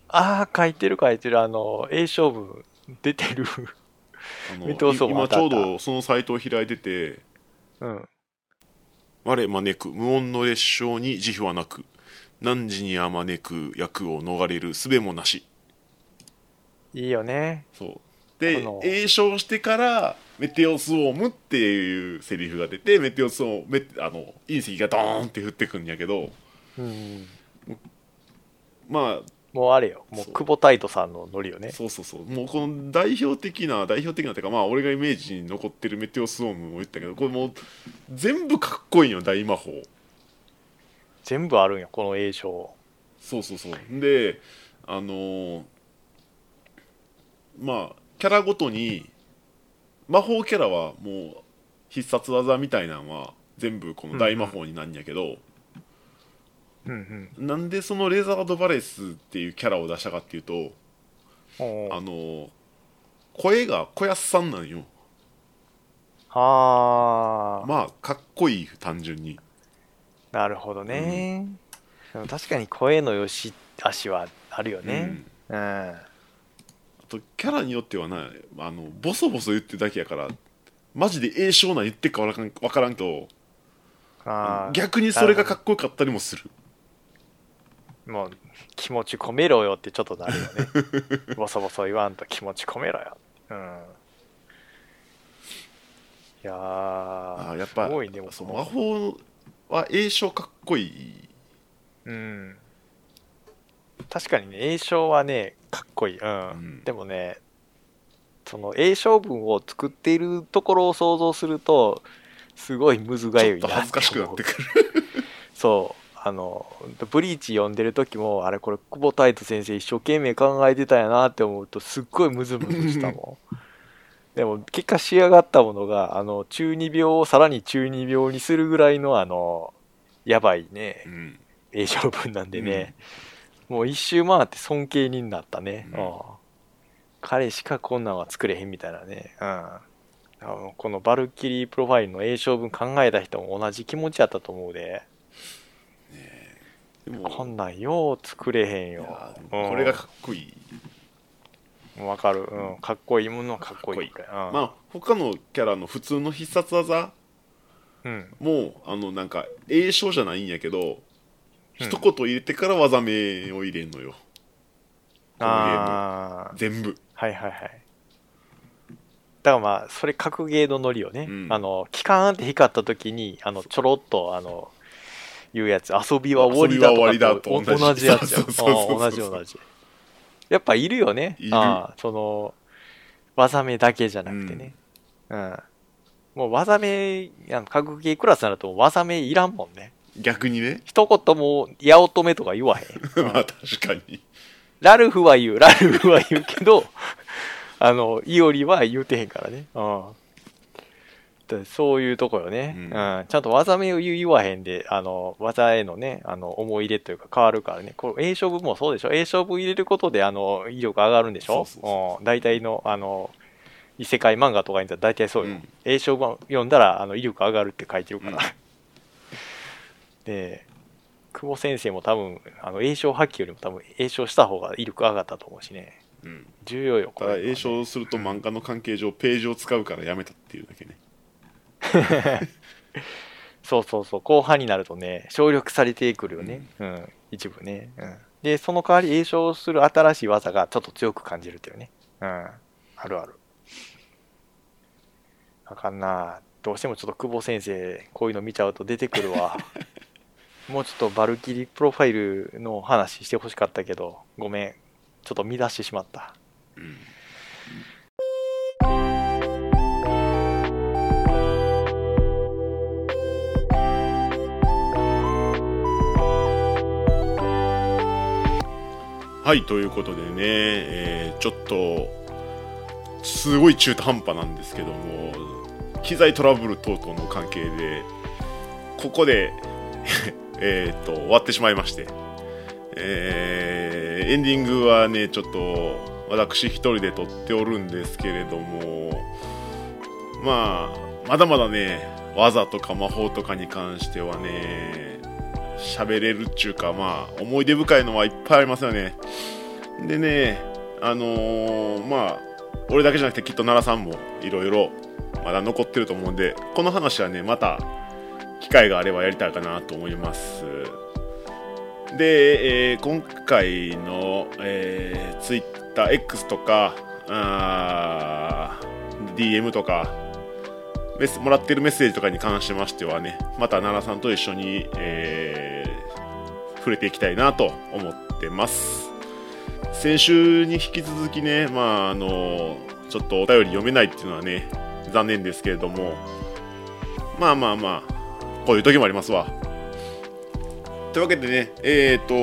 Speaker 2: ああ、書いてる書いてる。あのー、A 勝負出てる。
Speaker 1: あの
Speaker 2: メテオスウォーム
Speaker 1: 今
Speaker 2: あっ
Speaker 1: ち
Speaker 2: たあ
Speaker 1: ょ
Speaker 2: っ
Speaker 1: う
Speaker 2: た
Speaker 1: どそのサイトを開いてて
Speaker 2: うん。
Speaker 1: 我招く無音の列車に慈悲はなく何時にあまねく役を逃れるすべもなし
Speaker 2: いいよね。
Speaker 1: そう
Speaker 2: あ
Speaker 1: で
Speaker 2: の
Speaker 1: 栄唱してからメテオスウォームっていうセリフが出てメテオスウォームメテあの隕石がドーンって降ってくんやけど
Speaker 2: うん。
Speaker 1: ま
Speaker 2: もうあれよ、もう
Speaker 1: そう
Speaker 2: 久保タイトさんのノリよ
Speaker 1: あ
Speaker 2: ね。
Speaker 1: そうそうそうもうこの代表的な代表的なっていうかまあ俺がイメージに残ってるメテオスウォームも言ったけどこれもう全部かっこいいよ大魔法
Speaker 2: 全部あるんや、この映像。
Speaker 1: そうそうそうであのーまあキャラごとに魔法キャラはもう必殺技みたいなのは全部この大魔法になんやけど、
Speaker 2: うんうん。
Speaker 1: なんでそのレザードバレスっていうキャラを出したかっていうと
Speaker 2: お
Speaker 1: あ
Speaker 2: ー
Speaker 1: の声が小安さんなんよ
Speaker 2: あー、
Speaker 1: まあかっこいい単純に
Speaker 2: なるほどね、でも確かに声の良し悪しはあるよ
Speaker 1: う
Speaker 2: ね
Speaker 1: ん
Speaker 2: うん、
Speaker 1: あとキャラによってはなあのボソボソ言ってるだけやからマジでええしょうなん言ってっかわからんわからんけど
Speaker 2: あー
Speaker 1: 逆にそれがかっこよかったりもする
Speaker 2: もう気持ち込めろよってちょっとな るよねボソボソ言わんと気持ち込めろようんいやー
Speaker 1: あーやっぱ
Speaker 2: すごいでも
Speaker 1: そ
Speaker 2: そうの
Speaker 1: 魔法は栄称かっこいい
Speaker 2: うん確かにね栄唱はねかっこいい、うん
Speaker 1: うん
Speaker 2: でもねその栄唱文を作っているところを想像するとすごいむずが
Speaker 1: ちょ
Speaker 2: ゆ
Speaker 1: っ
Speaker 2: い
Speaker 1: と
Speaker 2: な
Speaker 1: 恥ずかしくなってくる
Speaker 2: そうあのブリーチ読んでる時もあれこれ久保太斗先生一生懸命考えてたんやなって思うとすっごいムズムズしたもんでも結果仕上がったものがあの中二病をさらに中二病にするぐらいのあのやばいね
Speaker 1: うん
Speaker 2: 栄養分なんでね、もう一周回って尊敬になったね、
Speaker 1: うん
Speaker 2: うん彼しかこんなんは作れへんみたいなね、うん、あのこのバルキリープロファイルの栄養分考えた人も同じ気持ちやったと思うで
Speaker 1: でも
Speaker 2: こんなんよう作れへん
Speaker 1: い
Speaker 2: よ
Speaker 1: やー
Speaker 2: うん
Speaker 1: これがかっこいい、
Speaker 2: わかる、うん、かっこいいものはかっこいい
Speaker 1: か
Speaker 2: これうん
Speaker 1: まあ他のキャラの普通の必殺技
Speaker 2: うん
Speaker 1: もあのなんか栄称じゃないんやけど、
Speaker 2: うん
Speaker 1: 一言入れてから技名を入れんのよこのゲーム
Speaker 2: あー
Speaker 1: 全部
Speaker 2: はいはいはいだからまあそれ格ゲーのノリをね、
Speaker 1: うん
Speaker 2: あのキカーンって光った時にあのちょろっとあの言うやつ遊びは終わりだ
Speaker 1: 遊びは
Speaker 2: とか
Speaker 1: 終わりだと
Speaker 2: お同
Speaker 1: 同
Speaker 2: じ
Speaker 1: じ
Speaker 2: やつや
Speaker 1: そうそうそうそう
Speaker 2: うん同じ同じやっぱいるよね
Speaker 1: いる
Speaker 2: ああその技名だけじゃなくてねうん、もう技名あの格ゲークラスになると技名いらんもんね
Speaker 1: 逆にね
Speaker 2: 一言も「八乙女」とか言わ へん
Speaker 1: まあ確かに
Speaker 2: ラルフは言う、ラルフは言うけど、 あの、イオリは言うてへんからね。うん。でそういうとこよね、
Speaker 1: う
Speaker 2: うんん。ちゃんと技名を言う言わへんで、あの、技へのね、あの、思い入れというか変わるからね。これ、栄勝部もそうでしょ栄勝部入れることで、あの、威力上がるんでしょ
Speaker 1: そうそう
Speaker 2: うん。大体の、あの、異世界漫画とかにたら大体そうよ。
Speaker 1: うん
Speaker 2: 栄勝部読んだら、あの、威力上がるって書いてるから。
Speaker 1: うん
Speaker 2: で、久保先生も多分あの栄唱破棄よりも多分栄唱した方が威力上がったと思うしね
Speaker 1: うん
Speaker 2: 重要よこ
Speaker 1: た
Speaker 2: れ
Speaker 1: だ
Speaker 2: はね
Speaker 1: 栄称すると漫画の関係上ページを使うからやめたっていうだけね
Speaker 2: そうそうそう後半になるとね省略されてくるよねうん、一部ね、うん、でその代わり栄唱する新しい技がちょっと強く感じるっていうねうんあるあるあかんなどうしてもちょっと久保先生こういうの見ちゃうと出てくる わもうちょっとバルキリープロファイルの話してほしかったけどごめんちょっと見出してしまった
Speaker 1: うんはいということでね、えーちょっとすごい中途半端なんですけども機材トラブル等々の関係でここで えーっと終わってしまいましてえーエンディングはねちょっと私一人で撮っておるんですけれどもまあまだまだね技とか魔法とかに関してはね喋れるっちゅうかまあ思い出深いのはいっぱいありますよねでねあのーまあ俺だけじゃなくてきっと奈良さんもいろいろまだ残ってると思うんでこの話はねまた機会があればやりたいかなと思いますで、えー今回の、えー、TwitterX とかあー DM とかメッセもらってるメッセージとかに関しましてはねまた奈良さんと一緒に、えー触れていきたいなと思ってます先週に引き続きねまああのちょっとお便り読めないっていうのはね残念ですけれどもまあまあまあこういう時もありますわというわけでね、えっ、と、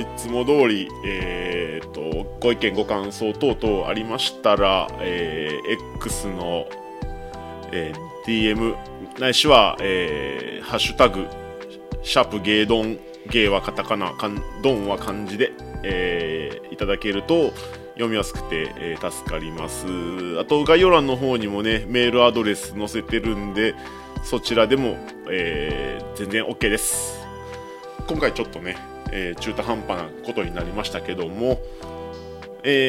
Speaker 1: いつも通り、えっ、と、ご意見、ご感想等々ありましたら、えー X の、えー DM、ないしは、えーハッシュタグ、シャープゲードン、ゲーはカタカナ、かんドンは漢字で、えーいただけると、読みやすくて、えー助かりますあと概要欄の方にもねメールアドレス載せてるんでそちらでも、えー全然 OK です今回ちょっとね、えー中途半端なことになりましたけども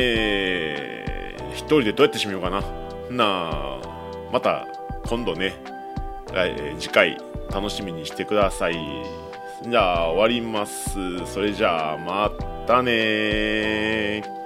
Speaker 1: えー一人でどうやってしめようかななあまた今度ね来えー次回楽しみにしてくださいじゃあ終わりますそれじゃあまたねー